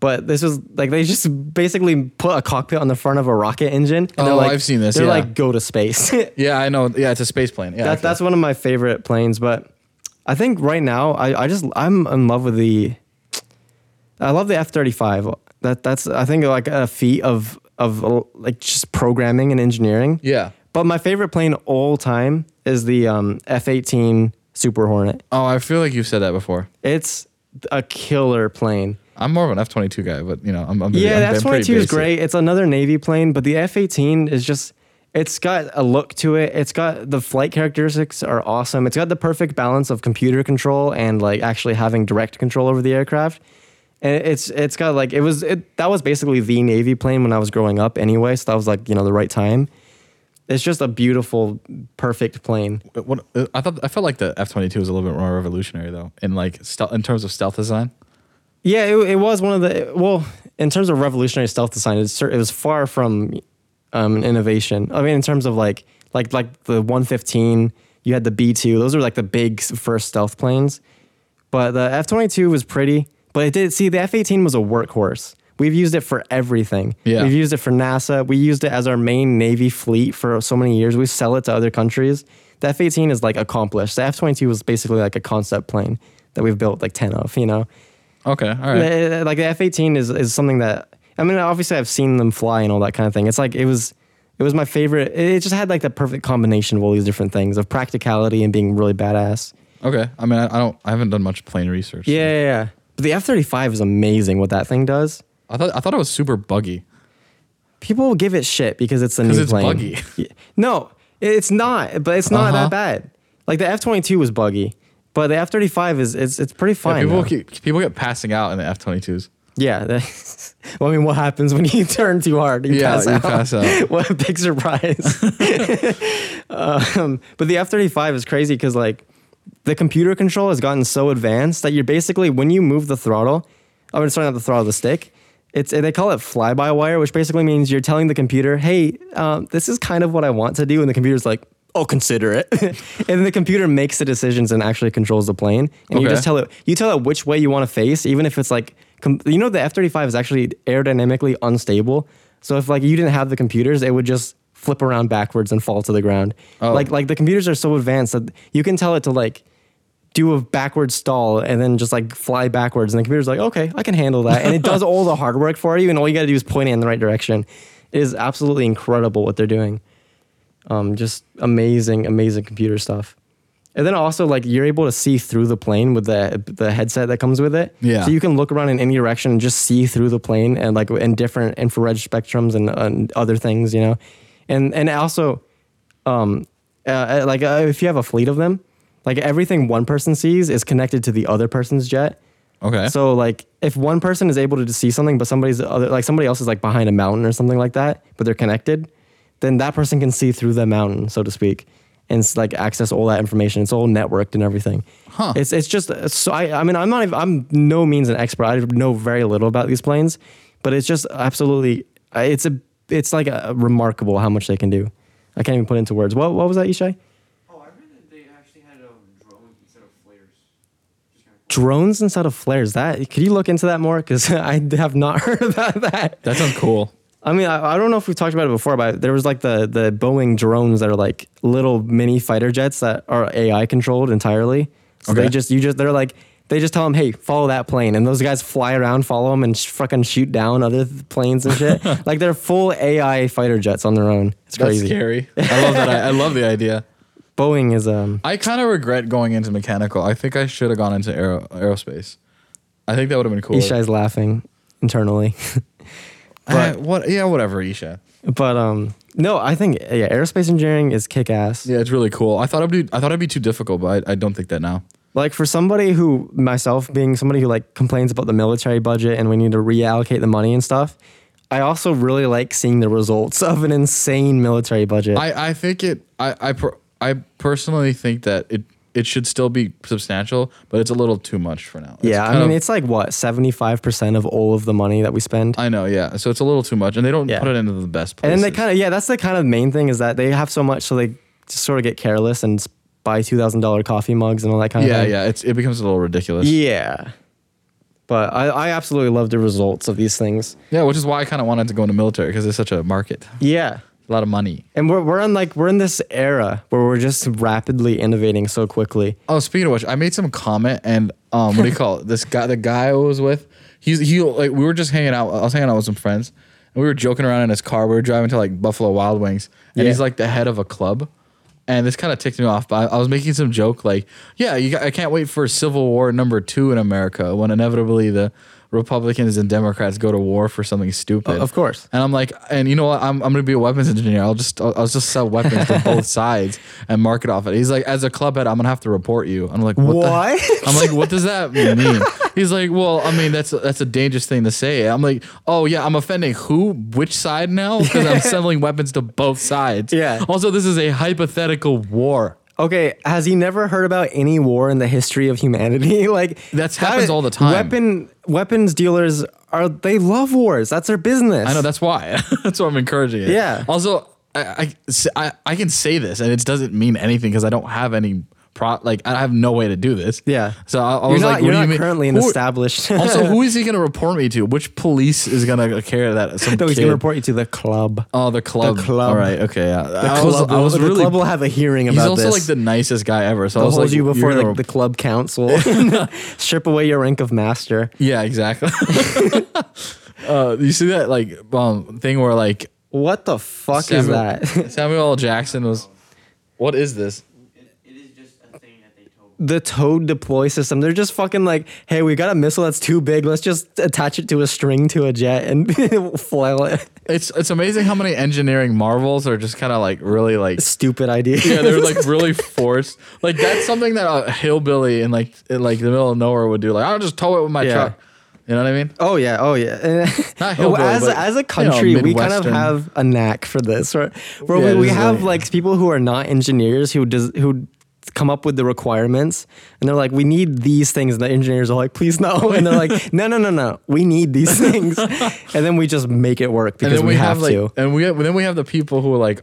But this was like they just basically put a cockpit on the front of a rocket engine. And they're Oh, like, I've seen this, They're yeah. like, go to space. Yeah, I know. Yeah, it's a space plane. Yeah, that, okay. that's one of my favorite planes. But I think right now I, I just I'm in love with the I love the F thirty five. That that's I think like a feat of of uh, like just programming and engineering. yeah. But my favorite plane all time is the um, F eighteen Super Hornet. Oh, I feel like you've said that before. It's a killer plane. I'm more of an F twenty two guy, but you know, I'm, I'm Yeah, I'm, the F I'm twenty pretty two is basic. great. It's another Navy plane, but the F eighteen is just it's got a look to it. It's got the flight characteristics are awesome. It's got the perfect balance of computer control and like actually having direct control over the aircraft. And it's it's got like it was it that was basically the navy plane when I was growing up anyway. So that was like you know the right time. It's just a beautiful, perfect plane. But What uh, I thought I felt like the F twenty two was a little bit more revolutionary though, in like stealth in terms of stealth design. Yeah, it, it was one of the well in terms of revolutionary stealth design. It's, cer- it was far from um, an innovation. I mean, in terms of like like like the 115, you had the B2. Those were like the big s- first stealth planes. But the F22 was pretty. But it did see the F18 was a workhorse. We've used it for everything. Yeah. We've used it for NASA. We used it as our main Navy fleet for so many years. We sell it to other countries. The F 18 is like accomplished. The F 22 was basically like a concept plane that we've built like 10 of, you know? Okay, all right. Uh, like the F eighteen is is something that I mean obviously I've seen them fly and all that kind of thing. It's like it was it was my favorite. It it just had like the perfect combination of all these different things of practicality and being really badass. Okay, I mean I, I don't I haven't done much plane research. so- Yeah, yeah, yeah. But the F thirty five is amazing. What that thing does. I thought I thought it was super buggy. People give it shit because it's a 'Cause new it's plane. buggy. Yeah. No, it- it's not. But it's not Uh-huh. that bad. Like the F twenty two was buggy, but the F thirty five is it's it's pretty Yeah, fine. people though. keep, people get passing out in the F twenty twos. Yeah. that- well, I mean, what happens when you turn too hard? You Yeah, pass you out. pass out. what a big surprise. um, but the F 35 is crazy because, like, the computer control has gotten so advanced that you're basically, when you move the throttle, I mean, sorry, not the throttle, the stick. It's, they call it fly by wire, which basically means you're telling the computer, hey, um, this is kind of what I want to do. And the computer's like, oh, consider it. and then the computer makes the decisions and actually controls the plane. And you Okay. just tell it, you tell it which way you want to face, even if it's like, com- you know, the F 35 is actually aerodynamically unstable. So if like you didn't have the computers, it would just flip around backwards and fall to the ground. Oh. Like, like the computers are so advanced that you can tell it to like, do a backward stall and then just like fly backwards. And the computer's like, okay, I can handle that. And it does all the hard work for you. And all you got to do is point it in the right direction. It is absolutely incredible what they're doing. Um, just amazing, amazing computer stuff. And then also like you're able to see through the plane with the the headset that comes with it. Yeah. So you can look around in any direction and just see through the plane and like in different infrared spectrums and, and other things, you know. And and also um, uh, like uh, if you have a fleet of them, like everything one person sees is connected to the other person's jet. Okay. So like if one person is able to see something, but somebody's other, like somebody else is like behind a mountain or something like that, but they're connected, then that person can see through the mountain, so to speak, and s- like access all that information. It's all networked and everything. Huh. It's it's just uh, so I I mean I'm not even, I'm no means an expert. I know very little about these planes, but it's just absolutely uh, it's a it's like uh remarkable how much they can do. I can't even put into words. What what was that, Ishai? Oh, I read that they actually had um, drones instead of flares. Just kind of Drones instead of flares. That could you look into that more? Because I have not heard about that. that sounds cool. I mean, I, I don't know if we've talked about it before, but there was like the the Boeing drones that are like little mini fighter jets that are AI controlled entirely. So they Okay. just you just they're like they just tell them, hey, follow that plane, and those guys fly around, follow them, and sh- fucking shoot down other th- planes and shit. like they're full AI fighter jets on their own. It's That's crazy. scary. I love that. I, I love the idea. Boeing is um I kind of regret going into mechanical. I think I should have gone into aero, aerospace. I think that would have been cool. Ishai's laughing internally, Uh, what? Yeah, whatever, Isha. but um no, I think yeah, aerospace engineering is kick ass. Yeah, it's really cool. I thought it'd be, I thought it'd be too difficult, but I, I don't think that now. Like for somebody who myself being somebody who like complains about the military budget and we need to reallocate the money and stuff, I also really like seeing the results of an insane military budget. I, I think it. I I per, I personally think that it it should still be substantial, but it's a little too much for now. It's yeah, I kind mean of- it's like what seventy five percent of all of the money that we spend. I know. Yeah, so it's a little too much, and they don't Yeah. put it into the best and places. then they kind of yeah, that's the kind of main thing is that they have so much so they just sort of get careless and s- buy two thousand dollar coffee mugs and all that kind of yeah, thing. yeah. It's it becomes a little ridiculous. yeah. But I, I absolutely love the results of these things. Yeah, which is why I kind of wanted to go into military because it's such a market, Yeah. a lot of money. And we're, we're on like we're in this era where we're just rapidly innovating so quickly. Oh, speaking of which, I made some comment and um, what do you call it? This guy, the guy I was with, he's he like we were just hanging out. I was hanging out with some friends, and we were joking around in his car. We were driving to like Buffalo Wild Wings, and Yeah. he's like the head of a club. And this kind of ticked me off, but I, I was making some joke like, "Yeah, you, got- I can't wait for Civil War number two in America when inevitably the Republicans and Democrats go to war for something stupid." of course. And I'm like, and you know what? I'm, I'm gonna be a weapons engineer. I'll just I'll, I'll just sell weapons to both sides and market off it. He's like, as a club head, I'm gonna have to report you. I'm like, what? the- What? I'm like, what does that mean? He's like, well, I mean, that's that's a dangerous thing to say. I'm like, oh yeah, I'm offending who, which side now? Because I'm selling weapons to both sides. Yeah. Also, this is a hypothetical war. Okay, has he never heard about any war in the history of humanity? like That's- happens all the time. Weapon weapons dealers are they love wars. That's their business. I know that's why. that's why I'm encouraging it. Yeah. Also, I I, I, I can say this, and it doesn't mean anything because I don't have any pro. Like I have no way to do this. Yeah. So I, I You're was not, like, you're what do not you mean? currently an Who- established. also, who is he going to report me to? Which police is going to care that some no, he's kid? gonna report you to the club. Oh, the club. club. All right. Okay. Yeah. The I club, was, I will- was the really. club will have a hearing he's about also this. like the nicest guy ever. So I They'll was hold like, you before you're the, gonna- the club council, strip away your rank of master. yeah, exactly. uh, you see that like um, thing where like What the fuck is that? Samuel L. Jackson was. What is this? It, it is just a thing that they told. the Toad deploy system. They're just fucking like, hey, we got a missile that's too big. Let's just attach it to a string to a jet and flail it. It's it's amazing how many engineering marvels are just kind of like really like Stupid idea. yeah they're like really forced like that's something that a hillbilly in like in like the middle of nowhere would do like I'll just tow it with my Yeah. truck you know what I mean Oh yeah, oh yeah. Not Well, hillbilly, as but, a, as you know, a country, we kind of Midwestern. have a knack for this, right? Where Yeah, we, we just have like- like, people who are not engineers who does who come up with the requirements, and they're like, we need these things, and the engineers are like, please no, and they're like, no, no, no, no, we need these things, and then we just make it work because we, have, like, to. and we have, then we have the people who are like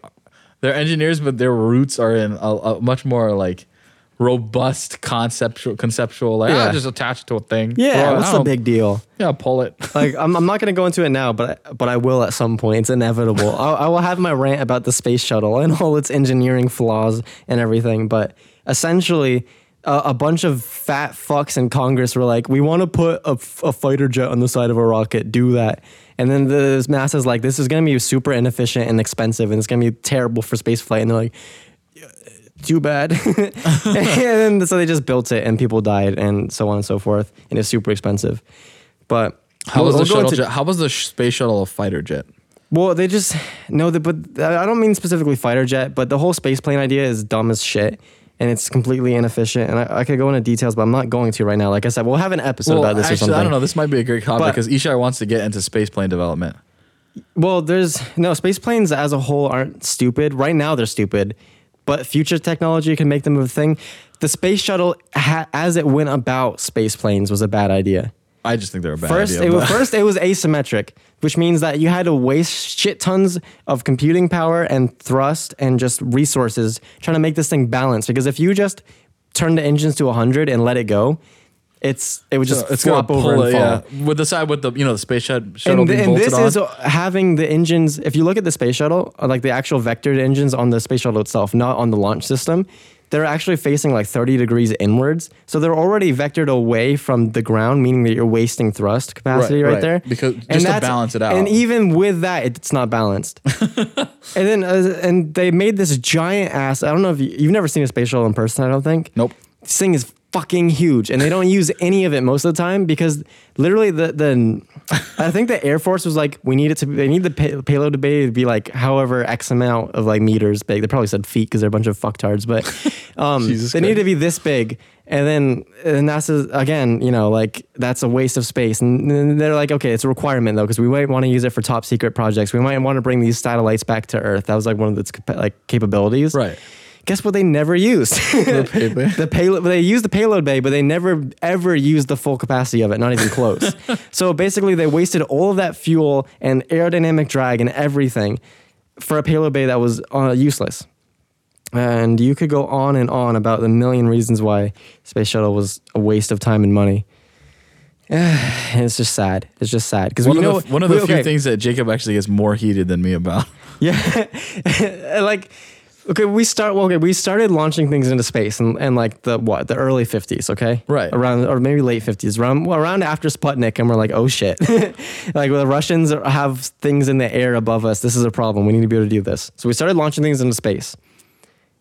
they're engineers, but their roots are in a, a much more like robust conceptual conceptual like Yeah. ah, just attached to a thing. Yeah, Well, I what's the don't- big deal? Yeah, pull it. Like, I'm, I'm not going to go into it now, but I, but I will at some point. It's inevitable. I, I will have my rant about the space shuttle and all its engineering flaws and everything. But essentially, uh, a bunch of fat fucks in Congress were like, we want to put a, f- a fighter jet on the side of a rocket. Do that. And then the mass is like, this is going to be super inefficient and expensive, and it's going to be terrible for space flight. And they're like, too bad. and then, so they just built it, and people died, and so on and so forth. And it's super expensive. But How we'll- was the we'll go shuttle? into- jet, how was the sh- space shuttle a fighter jet? Well, they just no, the, but I don't mean specifically fighter jet, but the whole space plane idea is dumb as shit. And it's completely inefficient, and I, I could go into details, but I'm not going to right now. Like I said, we'll have an episode about this actually, or something. I don't know. This might be a great topic But- because Ishai wants to get into space plane development. Well, there's no space planes as a whole aren't stupid. Right now, they're stupid, but future technology can make them a thing. The space shuttle, ha- as it went about space planes, was a bad idea. I just think they're a bad First, idea. it was, but- first it was asymmetric, which means that you had to waste shit tons of computing power and thrust and just resources trying to make this thing balanced. Because if you just turn the engines to 100 and let it go, it's it would just it's gonna flop pull over and it, fall. yeah. With the side with the you know the space shut- shuttle And, th- being and bolted this on. is having the engines. If you look at the space shuttle, uh, like the actual vectored engines on the space shuttle itself, not on the launch system, they're actually facing like 30 degrees inwards. So they're already vectored away from the ground, meaning that you're wasting thrust capacity Right, right, right. there. Because- just And to that's- balance it out. And even with that, it- it's not balanced. and then uh, and they made this giant ass. I don't know if you, you've never seen a space shuttle in person. I don't think. Nope. This thing is fucking huge, and they don't use any of it most of the time because literally the the I think the Air Force was like, we need it to. They need the pay, payload to be, to be like however X amount of like meters big. They probably said feet because they're a bunch of fucktards, but um, Jesus they Christ. need to be this big. And then and that's again, you know, like that's a waste of space. And then they're like, okay, it's a requirement though because we might want to use it for top secret projects. We might want to bring these satellites back to Earth. That was like one of its capa- like capabilities. Right. Guess what? They never used paper. the payload they use the payload bay but they never ever use the full capacity of it not even close so basically they wasted all of that fuel and aerodynamic drag and everything for a payload bay that was uh, useless and you could go on and on about the million reasons why space shuttle was a waste of time and money and it's just sad it's just sad because One we of, know the, one of the we- few okay. things that Jacob actually gets more heated than me about. Yeah, uh, like okay, we start well, okay, we started launching things into space and, and like the what the early fifties, okay, Right. around or maybe late fifties, around well, around after Sputnik, and we're like, oh shit, like well, the Russians are- have things in the air above us. This is a problem. We need to be able to do this. So we started launching things into space.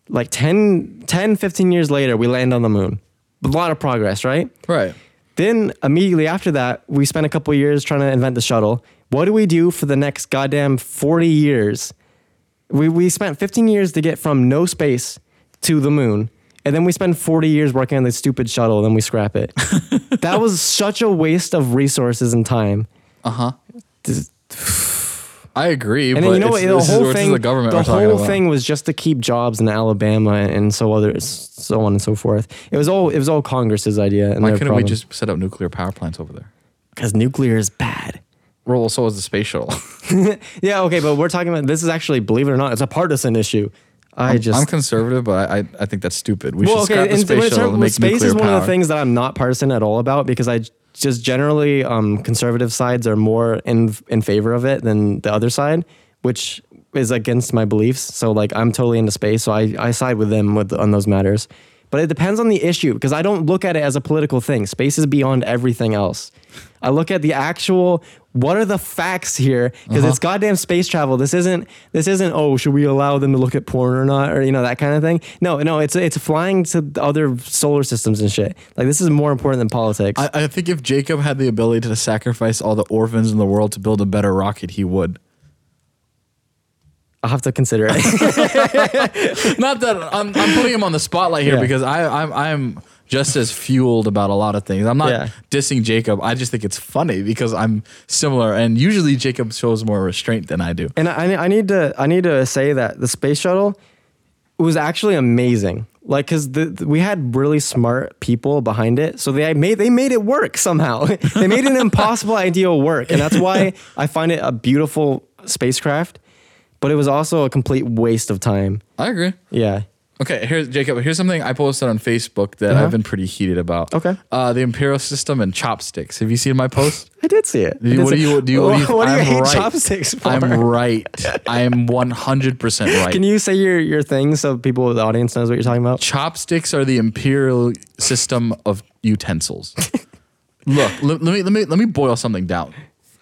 Like 10, 10 15 years later, we land on the moon. A lot of progress, right? Right. Then immediately after that, we spent a couple years trying to invent the shuttle. What do we do for the next goddamn 40 years? We, we spent 15 years to get from no space to the moon. And then we spend 40 years working on this stupid shuttle, and then we scrap it. that was such a waste of resources and time. Uh huh. I agree. but And then you know what? it's- The this is- whole this is thing, the government the we're talking whole about. thing was just to keep jobs in Alabama and, and so other, so on and so forth. It was all it was all Congress's idea. And Why couldn't we just set up nuclear power plants over there? because nuclear is bad? Well, so is the space shuttle. Yeah, okay, but we're talking about this is actually, believe it or not, it's a partisan issue. I just I'm conservative, but I, I, I think that's stupid. We should scrap the in- when space it shuttle turns- and make space nuclear is one power. of the things that I'm not partisan at all about because I j- just generally um, conservative sides are more in in favor of it than the other side, which is against my beliefs. So like I'm totally into space, so I, I side with them with on those matters. But it depends on the issue because I don't look at it as a political thing. Space is beyond everything else. I look at the actual what are the facts here because it's goddamn space travel. This isn't this isn't oh should we allow them to look at porn or not or you know that kind of thing. No, no, it's it's flying to the other solar systems and shit. Like this is more important than politics. I, I think if Jacob had the ability to sacrifice all the orphans in the world to build a better rocket, he would. I'll have to consider it. Not that I'm, I'm putting him on the spotlight here Yeah. because I, I'm, I'm just as fueled about a lot of things. I'm not Yeah. dissing Jacob. I just think it's funny because I'm similar, and usually Jacob shows more restraint than I do. and I, I need to I need to say that the space shuttle was actually amazing. Like, cause the, the- we had really smart people behind it, so they made they made it work somehow. they made an impossible idea work, and that's why I find it a beautiful spacecraft. But it was also a complete waste of time. I agree. Yeah. Okay, here's Jacob. Here's something I posted on Facebook that Uh-huh. I've been pretty heated about. Okay. uh, the imperial system and chopsticks. Have you seen my post? I did see it. I did What do see- you do? You, what do you, what do you I'm hate right. chopsticks for? I'm right. I am 100 percent right. Can you say your your thing so people in the audience knows what you're talking about? chopsticks are the imperial system of utensils. Look, let, let me let me let me boil something down.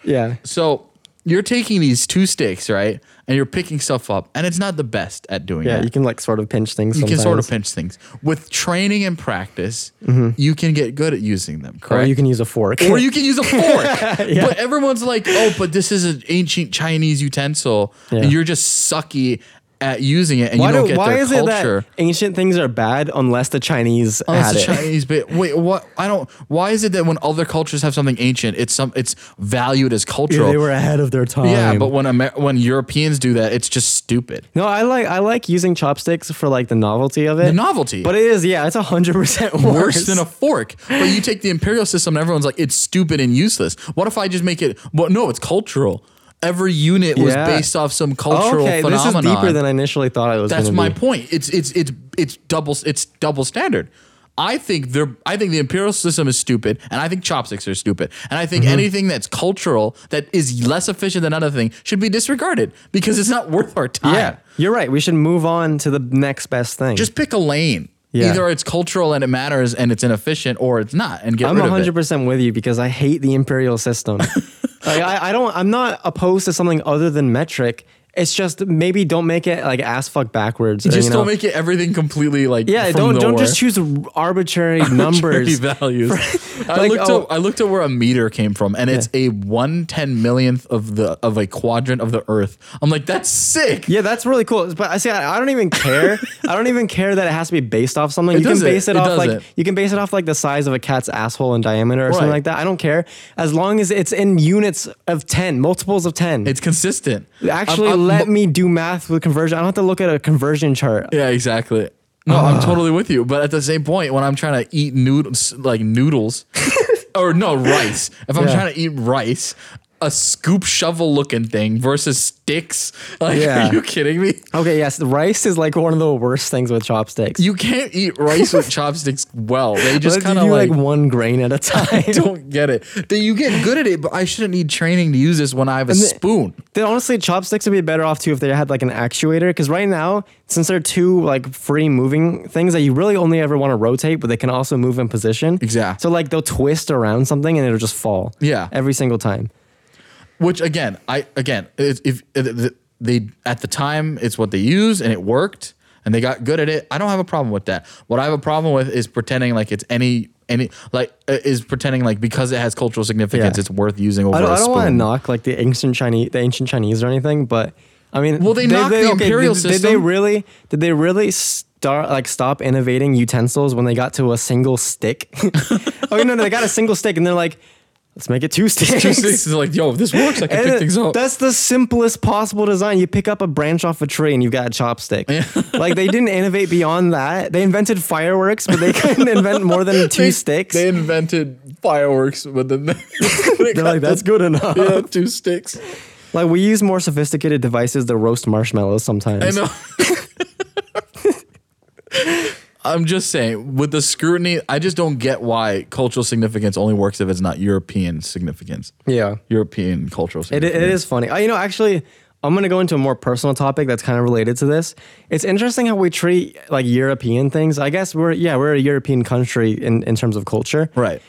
Yeah. So you're taking these two sticks, right, and you're picking stuff up, and it's not the best at doing Yeah, that. you can like sort of pinch things. You can sort of sometimes. Mm-hmm. pinch things with training and practice. You can get good at using them, correct? Or you can use a fork. or you can use a fork. But everyone's like, oh, but this is an ancient Chinese utensil, Yeah. and you're just sucky at using it, and you don't do- get why their is culture. it that ancient things are bad unless the Chinese Oh, had it's it? a Chinese bit. Wait, what? I don't. Why is it that when other cultures have something ancient, it's some it's valued as cultural? They were ahead of their time. yeah, but when Amer- when Europeans do that, it's just stupid. no, I like I like using chopsticks for like the novelty of it. The novelty. but it is yeah, it's hundred percent worse. Worse than a fork, but you take the imperial system and everyone's like, it's stupid and useless. What if I just make it? Well, no, it's cultural. Every unit was Yeah. based off some cultural okay. This is phenomenon. deeper than I initially thought it was. That's gonna my be. point. It's it's it's it's double it's double standard. I think they're I think the imperial system is stupid, and I think chopsticks are stupid, and I Mm-hmm. think anything that's cultural that is less efficient than another thing should be disregarded because it's not worth our time. Yeah, you're right. We should move on to the next best thing. Just pick a lane. Yeah. Either it's cultural and it matters and it's inefficient, or it's not, and get I'm rid of it. 100 percent with you because I hate the imperial system. like I, I don't. I'm not opposed to something other than metric. It's just maybe don't make it like ass fuck backwards. or, Just you know, don't make it everything completely like Yeah, from don't don't nowhere. just choose arbitrary Arbitrary numbers. values. I Like, looked oh. up. I looked at where a meter came from, and it's a one ten millionth of the of a quadrant of the Earth. I'm like, that's sick. Yeah, that's really cool. But I see, I, I don't even care. I don't even care that it has to be based off something. It you can doesn't. base it, It off like doesn't. you can base it off like the size of a cat's asshole in diameter or something Right. like that. I don't care as long as it's in units of ten, multiples of ten. It's consistent. Actually, I'm- I'm- let me do math with conversion. I don't have to look at a conversion chart. Yeah, exactly. No, Ah. I'm totally with you. But at the same point, when I'm trying to eat noodles, like noodles, or no rice. If I'm Yeah. trying to eat rice. A scoop shovel looking thing versus sticks. Like, Yeah. are you kidding me? Okay, yes, rice is like one of the worst things with chopsticks. You can't eat rice with chopsticks well. They But just if kind of you do, like, like one grain at a time. I don't get it. That you get good at it, but I shouldn't need training to use this when I have a the- spoon. Then honestly, chopsticks would be better off too if they had like an actuator. Because right now, since they're two like free moving things that you really only ever want to rotate, but they can also move in position. Exact. So like they'll twist around something and it'll just fall. Yeah. Every single time. Which again, I again, if, if if they at the time it's what they used and it worked and they got good at it, I don't have a problem with that. What I have a problem with is pretending like it's any any like uh, is pretending like because it has cultural significance, Yeah. it's worth using over I don't, a I don't spoon. want to knock like the ancient Chinese, the ancient Chinese or anything, but I mean, Well, they knocked the imperial did, Did they system. really? Did they really start like stop innovating utensils when they got to a single stick? oh no, no, they got a single stick, and they're like, let's make it two sticks. Two sticks is like, yo, if this works, I can And pick it- things up. That's the simplest possible design. You pick up a branch off a tree and you've got a chopstick. like they didn't innovate beyond that. They invented fireworks, but they couldn't invent more than two They- sticks. They invented fireworks, but then they They're like, that's good enough. yeah, two sticks. Like we use more sophisticated devices to roast marshmallows sometimes. I know. uh, I'm just saying, with the scrutiny, I just don't get why cultural significance only works if it's not European significance, Yeah. European cultural It, it significance. is funny. Uh, you know, actually, I'm going to go into a more personal topic that's kind of related to this. It's interesting how we treat like European things. I guess we're, yeah, we're a European country in, in terms of culture. Right.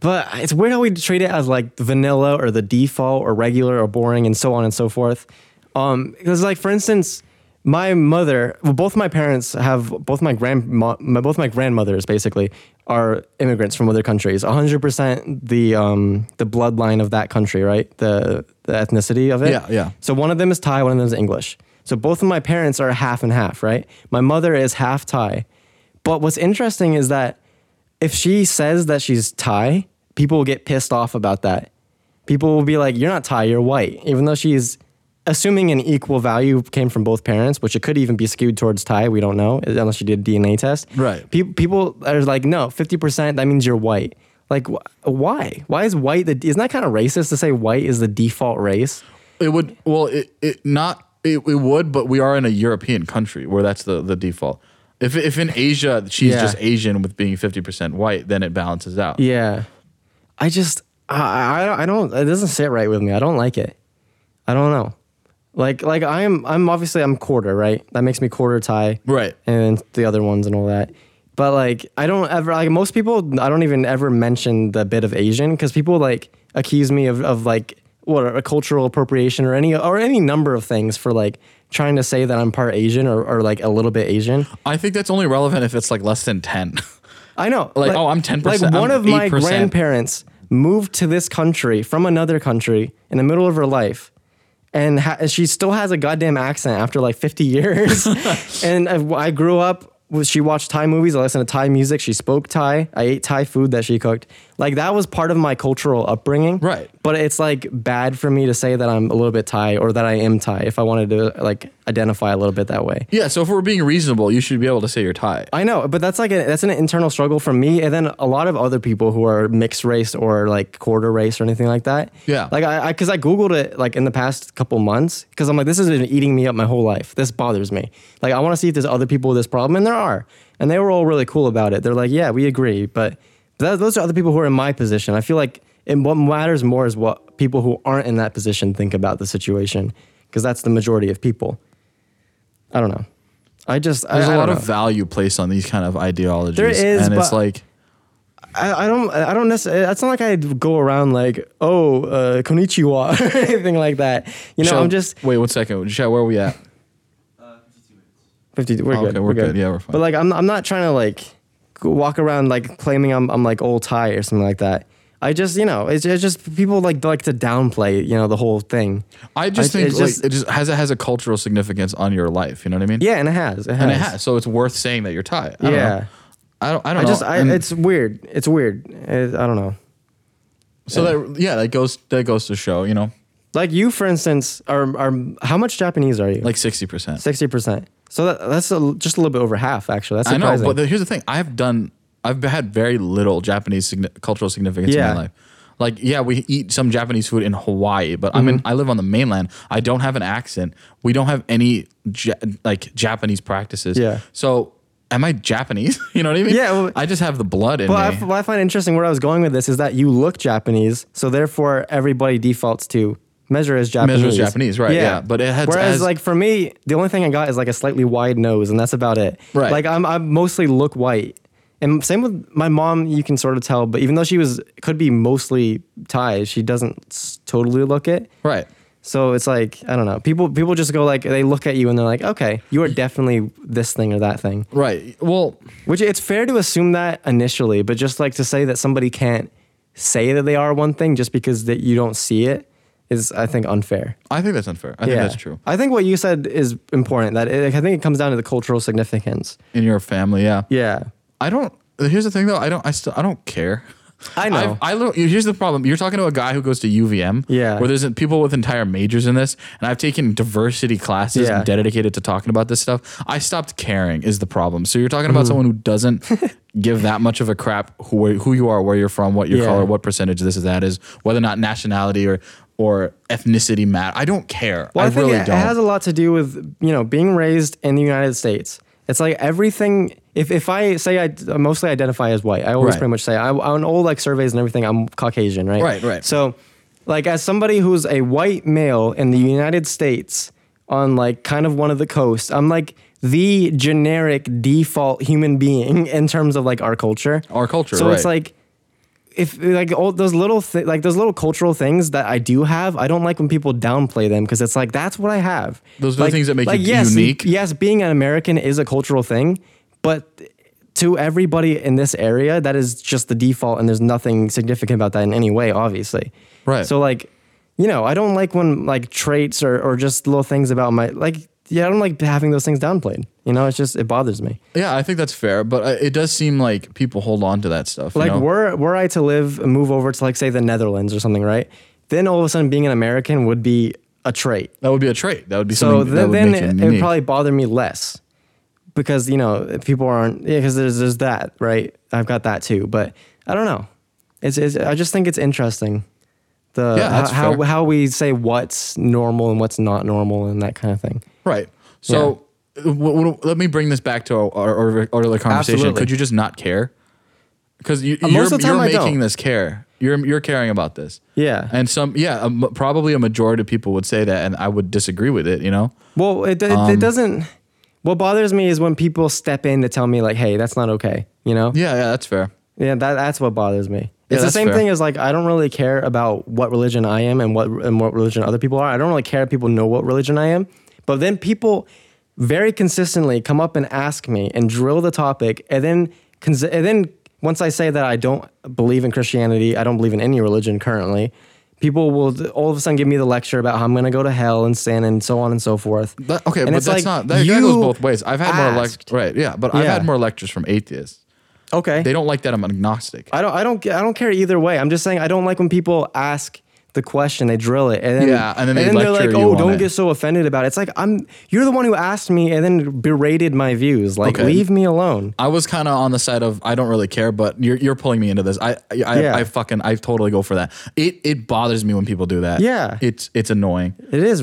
But it's weird how we treat it as like vanilla or the default or regular or boring and so on and so forth. Um, because like for instance, my mother, well, both my parents have both my grandma, my, both my grandmothers basically are immigrants from other countries. 100% the um the bloodline of that country, right? The the ethnicity of it. Yeah, yeah. So one of them is Thai, one of them is English. So both of my parents are half and half, right? My mother is half Thai. But what's interesting is that if she says that she's Thai, people will get pissed off about that. People will be like, you're not Thai, you're white. Even though she's assuming an equal value came from both parents, which it could even be skewed towards Thai, we don't know, unless you did a DNA test. Right. Pe- people are like, no, 50%, that means you're white. Like, wh- why? Why is white the, isn't that kind of racist to say white is the default race? It would, well, it, it not, it, it would, but we are in a European country where that's the, the default. If, if in Asia, she's Yeah. just Asian with being 50% white, then it balances out. Yeah. I just I, I I don't it doesn't sit right with me. I don't like it. I don't know. Like like I'm I'm obviously I'm quarter, right? That makes me quarter Thai. Right. And the other ones and all that. But like I don't ever like most people I don't even ever mention the bit of Asian cuz people like accuse me of of like what a cultural appropriation or any or any number of things for like trying to say that I'm part Asian or, or like a little bit Asian. I think that's only relevant if it's like less than 10. I know. Like, oh, I'm 10%, Like I'm one of my 8%. grandparents moved to this country from another country in the middle of her life. And ha- she still has a goddamn accent after like 50 years. and I, I grew up, with- she watched Thai movies, I listened to Thai music, she spoke Thai, I ate Thai food that she cooked. Like that was part of my cultural upbringing. Right. But it's like bad for me to say that I'm a little bit Thai or that I am Thai if I wanted to like identify a little bit that way. yeah. So if we're being reasonable, you should be able to say you're Thai. I know, but that's like a, that's an internal struggle for me, and then a lot of other people who are mixed race or like quarter race or anything like that. Yeah. like I because I, googled it like in the past couple months because I'm like this has been eating me up my whole life. This bothers me. Like I want to see if there's other people with this problem, and there are, and they were all really cool about it. They're like, yeah, we agree, but that, those are other people who are in my position. I feel like and what matters more is what people who aren't in that position think about the situation because that's the majority of people. I don't know. I just There's a a lot of value placed on these kind of ideologies. There is, and it's but- like I, I don't I don't necessarily. That's not like I go around like oh uh, konnichiwa or anything like that. You know, Shall- I'm just wait one second. Shall- where are we at? Uh, 52 minutes. fifty. We're Oh, good. okay, we're good. Yeah, we're fine. But like I'm I'm not trying to like go- walk around like claiming I'm I'm like old Thai or something like that. I just you know it's, it's just people like like to downplay you know the whole thing. I just I- think it's like, just- it just has it has a cultural significance on your life. You know what I mean? Yeah, and it has. It has. And it has. So it's worth saying that you're Thai. I Don't Yeah. know. I don't. I don't I know. just I, And it's weird. It's weird. It, I don't know. so that yeah, that goes that goes to show. You know, Like you, for instance, are are how much Japanese are you? like sixty percent. sixty percent. So that, that's a, just a little bit over half actually. That's I surprising. know, but the, here's the thing: I've done, I've had very little Japanese signi- cultural significance Yeah. in my life. Like, yeah, we eat some Japanese food in Hawaii, but I'm Mm-hmm. in, I live on the mainland. I don't have an accent. We don't have any ja- like Japanese practices. Yeah. So, am I Japanese? you know what I mean? Yeah, well- I just have the blood in Well, I, me. f- what I find interesting where I was going with this is that you look Japanese, so therefore everybody defaults to measure as Japanese. Measure as Japanese, right, yeah, but it has- Whereas, has- like for me, the only thing I got is like a slightly wide nose, and that's about it. Right. Like I'm, I mostly look white, and same with my mom. You can sort of tell, but even though she was could be mostly Thai, she doesn't s- totally look it. right. So it's like I don't know. People people just go like they look at you and they're like, okay, you are definitely this thing or that thing. Right. Well, Which it's fair to assume that initially, but just like to say that somebody can't say that they are one thing just because that you don't see it is I think unfair. I think that's unfair. I think that's true. I think what you said is important. That it, I think it comes down to the cultural significance. In your family, yeah. Yeah, I don't. Here's the thing, though. I don't. I still. I don't care. I know. I've- I lo- here's the problem. You're talking to a guy who goes to UVM. Yeah. Where there's people with entire majors in this, and I've taken diversity classes Yeah. and dedicated to talking about this stuff. I stopped caring is the problem. So you're talking Mm-hmm. about someone who doesn't give that much of a crap who who you are, where you're from, what your Yeah. color, what percentage this is that is, whether or not nationality or or ethnicity matter. I don't care. Well, I, I, think really it, don't. it has a lot to do with you know being raised in the United States. It's like everything. If if I say I d- mostly identify as white, I always Right. pretty much say I, on all like surveys and everything, I'm Caucasian, right? Right, right. So, like as somebody who's a white male in the United States on like kind of one of the coasts, I'm like the generic default human being in terms of like our culture. Our culture, So it's right. like if like all those little th- like those little cultural things that I do have, I don't like when people downplay them because it's like that's what I have. Those are the Like- things that make like, you yes, unique. Yes, being an American is a cultural thing, but to everybody in this area, that is just the default, and there's nothing significant about that in any way, obviously. Right. So like, you know, I don't like when like traits or or just little things about my like yeah, I don't like having those things downplayed. You know, it's just it bothers me. yeah, I think that's fair, but uh, it does seem like people hold on to that stuff. you Like know? were were I to live move over to like say the Netherlands or something, right? Then all of a sudden being an American would be a trait. that would be a trait. That would be So something. that then, would then make you it, it unique. would probably bother me less because you know people aren't yeah because there's there's that right. I've got that too, but I don't know. It's, it's I just think it's interesting the Yeah, that's how, how fair. how we say what's normal and what's not normal and that kind of thing. Right. So w- w- let me bring this back to our, our, our earlier conversation. Absolutely. Uh, Could you just not care? Because you, most you're, of the time you're I making don't. this care. You're you're caring about this. Yeah. And some yeah, a m- probably a majority of people would say that, and I would disagree with it. You know. Well, it, it, Um, it doesn't. What bothers me is when people step in to tell me like, "Hey, that's not okay," you know. Yeah. Yeah. That's fair. Yeah, that that's what bothers me. Yeah, It's the that's same fair. thing as like I don't really care about what religion I am and what and what religion other people are. I don't really care if people know what religion I am. But then people very consistently come up and ask me and drill the topic and then cons- and then once I say that I don't believe in Christianity, I don't believe in any religion currently, people will all of a sudden give me the lecture about how I'm going to go to hell and sin and so on and so forth. That, okay, And but it's that's like, not that, that you goes both ways. I've had more asked. lect- right, yeah, but I've Yeah. had more lectures from atheists. Okay. They don't like that I'm agnostic. I don't I don't I don't care either way. I'm just saying I don't like when people ask the question, they drill it, and then, Yeah, and then they are like, lecture you "Oh, on don't it." get so offended about it." It's like I'm you're the one who asked me and then berated my views. Like, Okay. leave me alone. I was kind of on the side of I don't really care, but you're you're pulling me into this. I I, Yeah. I, I fucking I totally go for that. It it bothers me when people do that. Yeah. it's it's annoying, It is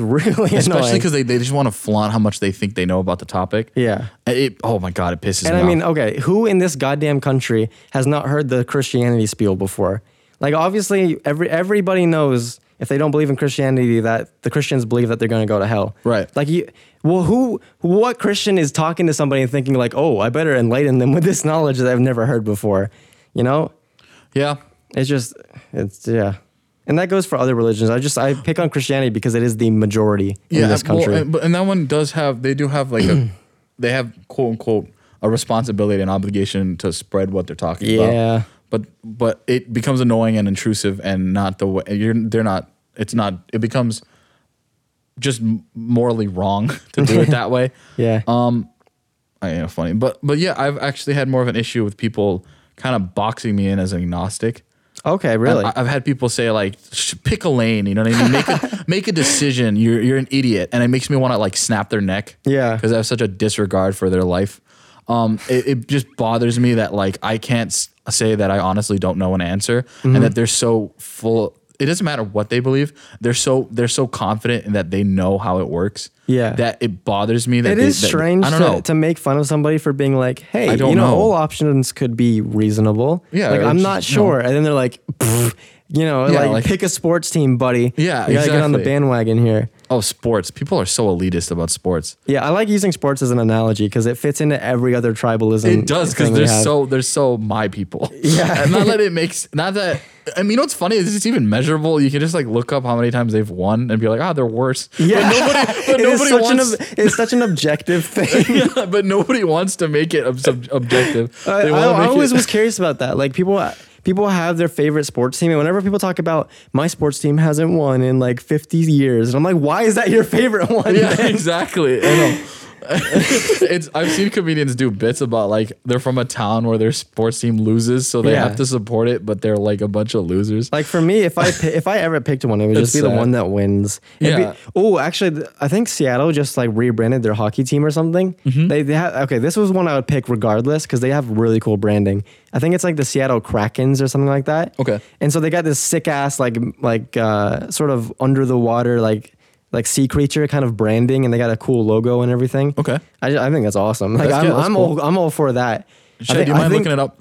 especially really annoying. because they, they just want to flaunt how much they think they know about the topic. Yeah. It oh my god, it pisses and me I mean, off. okay, who in this goddamn country has not heard the Christianity spiel before? Like, obviously, every everybody knows if they don't believe in Christianity that the Christians believe that they're going to go to hell. Right. Like, you, well, who, what Christian is talking to somebody and thinking like, oh, I better enlighten them with this knowledge that I've never heard before? You know, Yeah, it's just, it's yeah. And that goes for other religions. I just I pick on Christianity because it is the majority yeah. in this well, country. and, but, and that one does have they do have like a they have quote unquote a responsibility and obligation to spread what they're talking about. Yeah. But but it becomes annoying and intrusive and not the way you're they're not it's not it becomes just m- morally wrong to do it that way. yeah. Um, I know, funny, but but yeah, I've actually had more of an issue with people kind of boxing me in as an agnostic. okay. Really. I, I've had people say like, "Sh- pick a lane. You know what I mean? Make a, make a decision. You're you're an idiot, and it makes me want to like snap their neck. Yeah. because I have such a disregard for their life. Um, it, it just bothers me that like I can't s- say that I honestly don't know an answer, Mm-hmm. and that they're so full. It doesn't matter what they believe. They're so they're so confident in that they know how it works. Yeah. that it bothers me that It they- is that- strange I don't know. to, to make fun of somebody for being like, hey, I you don't know, know. all options could be reasonable. Yeah, Like, or I'm just, not you sure. And then they're like, "Pfft," you know, Yeah, like, like- pick a sports team, buddy. Yeah, You gotta get on the exactly. bandwagon here. Oh, sports. People are so elitist about sports. Yeah, I like using sports as an analogy because it fits into every other tribalism. It does because thing we they're have. so they're so my people. Yeah, not that it makes not that. I mean, you know what's funny is it's even measurable. You can just like look up how many times they've won and be like, ah, they're worse. Yeah, but It is nobody such wants. an ob- it's such an objective thing. yeah, but nobody wants to make it ob- sub- objective. I, They wanna I- I make it- always was curious about that. Like people, people have their favorite sports team, and whenever people talk about my sports team hasn't won in like 50 years, and I'm like, why is that your favorite one? Yeah, then? exactly. I know. it's I've seen comedians do bits about like they're from a town where their sports team loses, so they Yeah. have to support it, but they're like a bunch of losers. Like for me, if I pi- if I ever picked one, it would It's just be the sad. one that wins. It'd Yeah. Be, oh, actually, th- I think Seattle just like rebranded their hockey team or something. Mm-hmm. They they have okay. This was one I would pick regardless because they have really cool branding. I think it's like the Seattle Krakens or something like that. Okay. And so they got this sick ass like m- like uh, sort of under the water like like sea creature kind of branding, and they got a cool logo and everything. Okay. I, ju- I think that's awesome. Like That's I'm good, that's I'm cool. all I'm all for that. Should I, do you mind looking it up?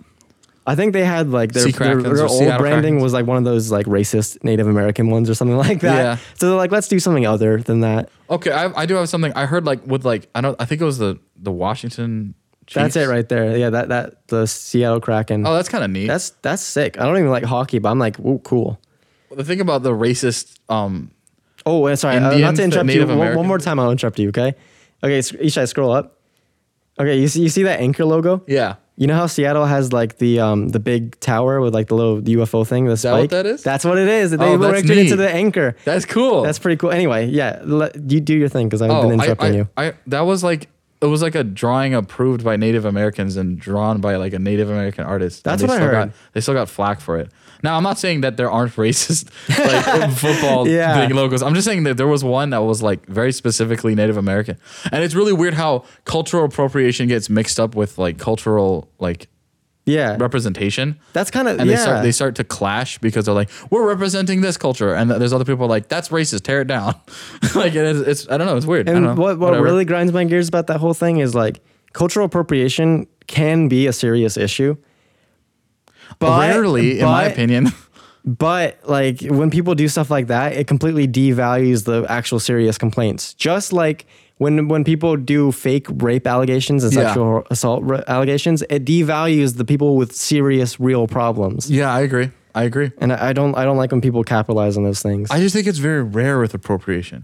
I think they had like their, Sea their, Krakens their or old Seattle branding Krakens. was like one of those like racist Native American ones or something like that. Yeah. So they're like, let's do something other than that. Okay, I, I do have something. I heard like with like I don't I think it was the the Washington. That's it Chiefs. right there. Yeah, that that the Seattle Kraken. Oh, that's kind of neat. that's that's sick. I don't even like hockey, but I'm like, ooh, cool. the thing about the racist. Um, Oh, wait, sorry, uh, Indian not to interrupt you. Native One, one American. more time, I'll interrupt you. Okay. Okay, sc- Ishai, scroll up. Okay, you see you see that anchor logo? yeah. You know how Seattle has like the um the big tower with like the little UFO thing, the that what spike. that is? That's what it is. They Oh, that's erected it neat. to the anchor. That's cool. Oh, That's pretty cool. Anyway, yeah, let, you do your thing because I've been I- interrupting I, you. I, that was like it was like a drawing approved by Native Americans and drawn by like a Native American artist. That's And what they I still heard. Got, they still got flack for it. Now I'm not saying that there aren't racist like football Yeah. thing logos. I'm just saying that there was one that was like very specifically Native American, and it's really weird how cultural appropriation gets mixed up with like cultural like Yeah, representation. that's kind of and yeah. they start they start to clash because they're like we're representing this culture, and there's other people like that's racist, tear it down. like it is, it's I don't know, it's weird. I and don't know, what what whatever. really grinds my gears about that whole thing is like cultural appropriation can be a serious issue. But, rarely, in my but- opinion. But like when people do stuff like that, it completely devalues the actual serious complaints. Just like when when people do fake rape allegations and Yeah. sexual assault re- allegations, it devalues the people with serious real problems. yeah, I agree. I agree. And I, I don't I don't like when people capitalize on those things. I just think it's very rare with appropriation.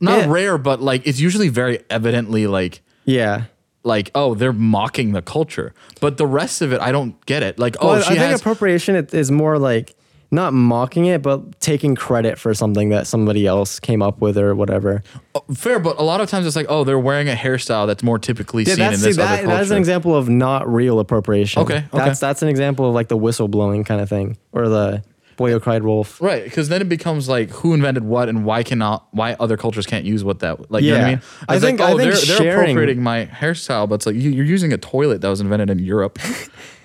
Not Yeah. rare, but like it's usually very evidently like yeah. like oh they're mocking the culture, but the rest of it I don't get it. Like oh Well, I she think has appropriation it- is more like not mocking it, but taking credit for something that somebody else came up with or whatever. oh, fair, but a lot of times it's like oh they're wearing a hairstyle that's more typically seen in that's, see, this that, other that is culture. an example of not real appropriation. Okay, okay. That's that's an example of like the whistleblowing kind of thing or the boy who cried wolf. Right, because then it becomes like who invented what and why cannot why other cultures can't use what that like. You know what Yeah. I mean, I It's like, oh, think- I think they're, they're sharing- appropriating my hairstyle, but it's like you, you're using a toilet that was invented in Europe.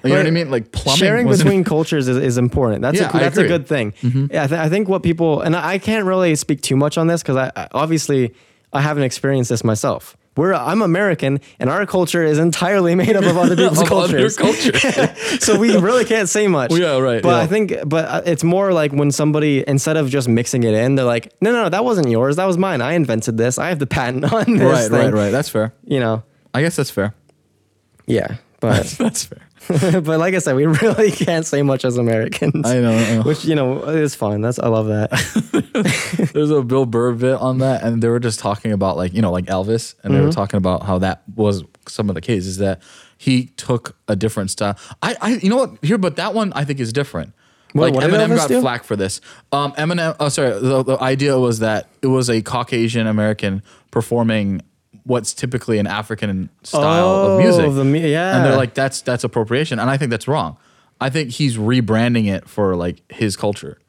Like, you know what I Right. mean? Like plumbing. Sharing was between cultures is, is important. That's Yeah, a, I that's a agree. Mm-hmm. good thing. Yeah, I, th- I think what people and I, I can't really speak too much on this because I, I obviously I haven't experienced this myself. We're I'm American and our culture is entirely made up of other people's of other cultures. culture. so we really can't say much. Well, yeah, right, But yeah. I think, but uh, it's more like when somebody instead of just mixing it in, they're like, no, no, no, that wasn't yours. That was mine. I invented this. I have the patent on this right, thing. right, right. That's fair. You know, I guess that's fair. yeah. But That's fair. but like I said, we really can't say much as Americans. I know. I know. Which you know is fine. That's I love that. There's a Bill Burr bit on that, and they were just talking about like you know like Elvis, and Mm-hmm. they were talking about how that was some of the cases that he took a different style. I, I you know what here, but that one I think is different. like What- what did Eminem Elvis got do? flack for this. Um, Eminem, oh sorry, the, the idea was that it was a Caucasian American performing what's typically an African style Oh, of music. the mu- yeah. and they're like that's that's appropriation, and I think that's wrong. I think he's rebranding it for like his culture,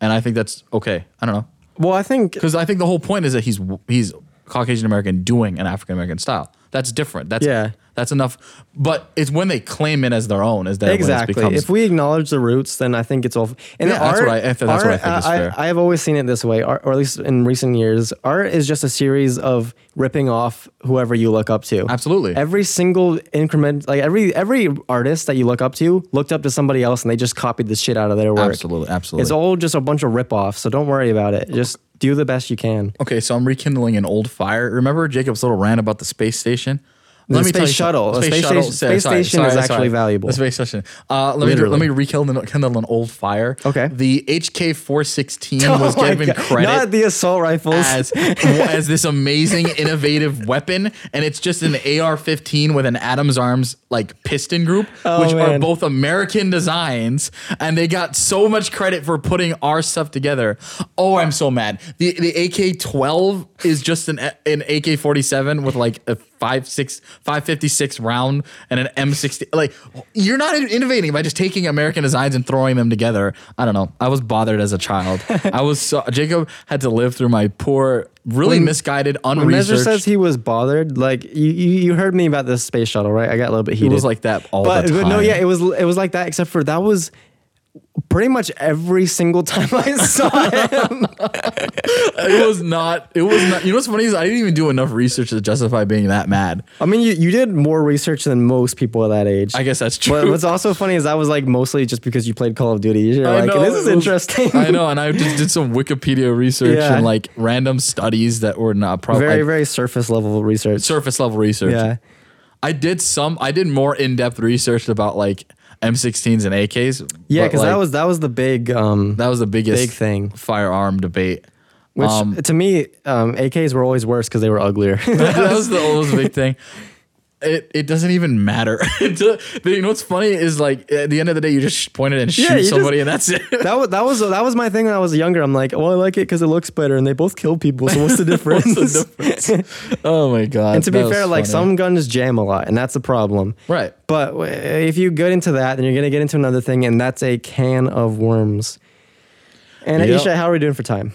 and I think that's okay. I don't know. Well, I think Because I think the whole point is that he's he's Caucasian American doing an African American style. That's different. That's Yeah. That's enough. But it's when they claim it as their own is that when this exactly. becomes- If we acknowledge the roots, then I think it's all. And Yeah, art, that's what I- I think that's what I think is art, fair. I, have always seen it this way, art, or at least in recent years. Art is just a series of ripping off whoever you look up to. Absolutely. Every single increment, like every every artist that you look up to, looked up to somebody else, and they just copied the shit out of their work. absolutely, It's absolutely. all just a bunch of ripoffs. So don't worry about it. Just do the best you can. okay, so I'm rekindling an old fire. Remember Jacob's little rant about the space station? The Let me space tell you shuttle. something. The space shuttle. station- space station is actually valuable. The space station. Uh, let me Literally. let me rekindle kindle an old fire. Okay. The HK four sixteen was Oh my given God. credit. Not the assault rifles. as, as this amazing innovative weapon and it's just an AR15 with an Adams Arms like piston group Oh, which are man. both American designs and they got so much credit for putting our stuff together. Oh, I'm so mad. The the AK12 is just an an AK47 with like a 5 6 556 round and an M60 like you're not innovating by just taking American designs and throwing them together. I don't know. I was bothered as a child. I was so, Jacob had to live through my poor really misguided Messer unresearched says he was bothered. Like you, you, you heard me about this space shuttle, right? I got a little bit it heated. was like that all but, the time. but no, yeah, it was it was like that. Except for that was pretty much every single time I saw him. it was not. It was not. You know what's funny is I didn't even do enough research to justify being that mad. I mean, you, you did more research than most people at that age. I guess that's true. But what's also funny is that was like mostly just because you played Call of Duty. You're I like, know, this is it was- interesting. I know, and I just did some Wikipedia research Yeah. and like random studies that were not probably very very surface level research. surface level research. Yeah. I did some. I did more in depth research about like M16s and AKs. Yeah, but, because that like, was that was the big um that was the biggest big thing. firearm debate. which um, to me um AKs were always worse because they were uglier. that was the oldest big thing. It, it doesn't even matter. It do- you know what's funny is like at the end of the day, you just point it and shoot Yeah, you just- somebody, and that's it. that was that was that was my thing when I was younger. I'm like, well, I like it because it looks better, and they both kill people. So what's the difference? What's the difference? oh my god! and to be that was fair, like funny. some guns jam a lot, and that's a problem. right. But w- if you get into that, then you're gonna get into another thing, and that's a can of worms. And Yep. Aisha, how are we doing for time?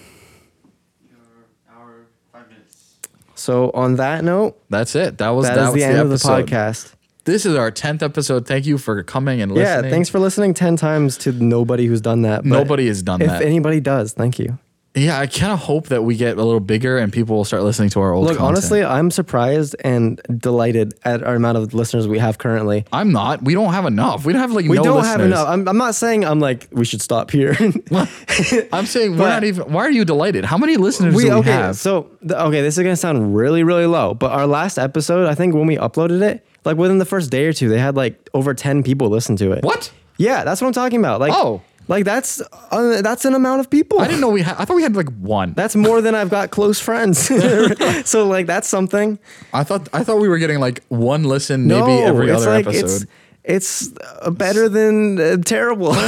Your hour, five minutes. So on that note, That's it. That was that that, is was the end of the episode. podcast. This is our tenth episode. Thank you for coming and listening. Yeah, thanks for listening ten times to nobody who's done that. but Nobody has done If that. anybody does, thank you. yeah, I kind of hope that we get a little bigger and people will start listening to our old. Look, content. honestly, I'm surprised and delighted at our amount of listeners we have currently. I'm not. We don't have enough. We don't have like We no don't have listeners. enough. I'm, I'm not saying I'm like we should stop here. I'm saying we're But- not even. Why are you delighted? How many listeners do we we okay. have? So th- okay, this is gonna sound really really low, but our last episode, I think when we uploaded it, like within the first day or two, they had like over ten people listen to it. What? Yeah, that's what I'm talking about. Like Oh. like that's uh, that's an amount of people. I didn't know we had. I thought we had like one. That's more than I've got close friends. so like that's something. I thought. I thought we were getting like one listen, maybe every other episode. It's, it's uh, better than uh, terrible.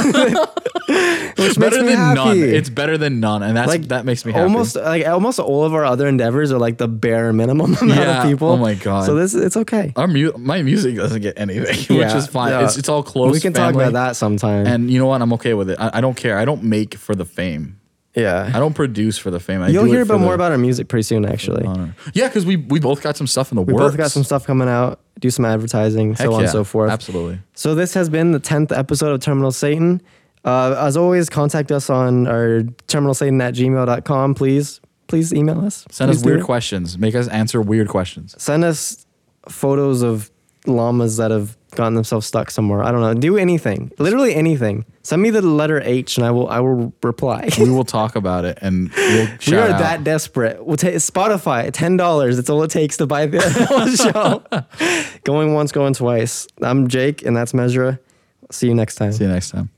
Which makes better me than happy. none. It's better than none, and that's that makes me happy. Almost like almost all of our other endeavors are like the bare minimum amount Yeah, of people. oh my God. So this it's okay. our mu- my music doesn't get anything, which Yeah, is fine. yeah. It's, it's all close. We can talk family, about that sometime. And you know what? I'm okay with it. I, I don't care. I don't make for the fame. I yeah. don't produce for the fame. I You'll do hear it a for bit more the about our music pretty soon actually. honor. Yeah, because we we both got some stuff in the We works. both got some stuff coming out, do some advertising, Heck so on yeah, and so forth. Absolutely. So this has been the tenth episode of Terminal Satan. Uh, as always, contact us on our terminalsatan at gmail.com, please. Please email us. Send Please us do weird it. questions. Make us answer weird questions. Send us photos of llamas that have gotten themselves stuck somewhere. I don't know. Do anything. Literally anything. Send me the letter H and I will I will reply. we will talk about it and we'll we shout are out. that desperate. We'll take Spotify, ten dollars. That's all it takes to buy the whole show. going once, going twice. I'm Jake and that's Mesra. See you next time. See you next time.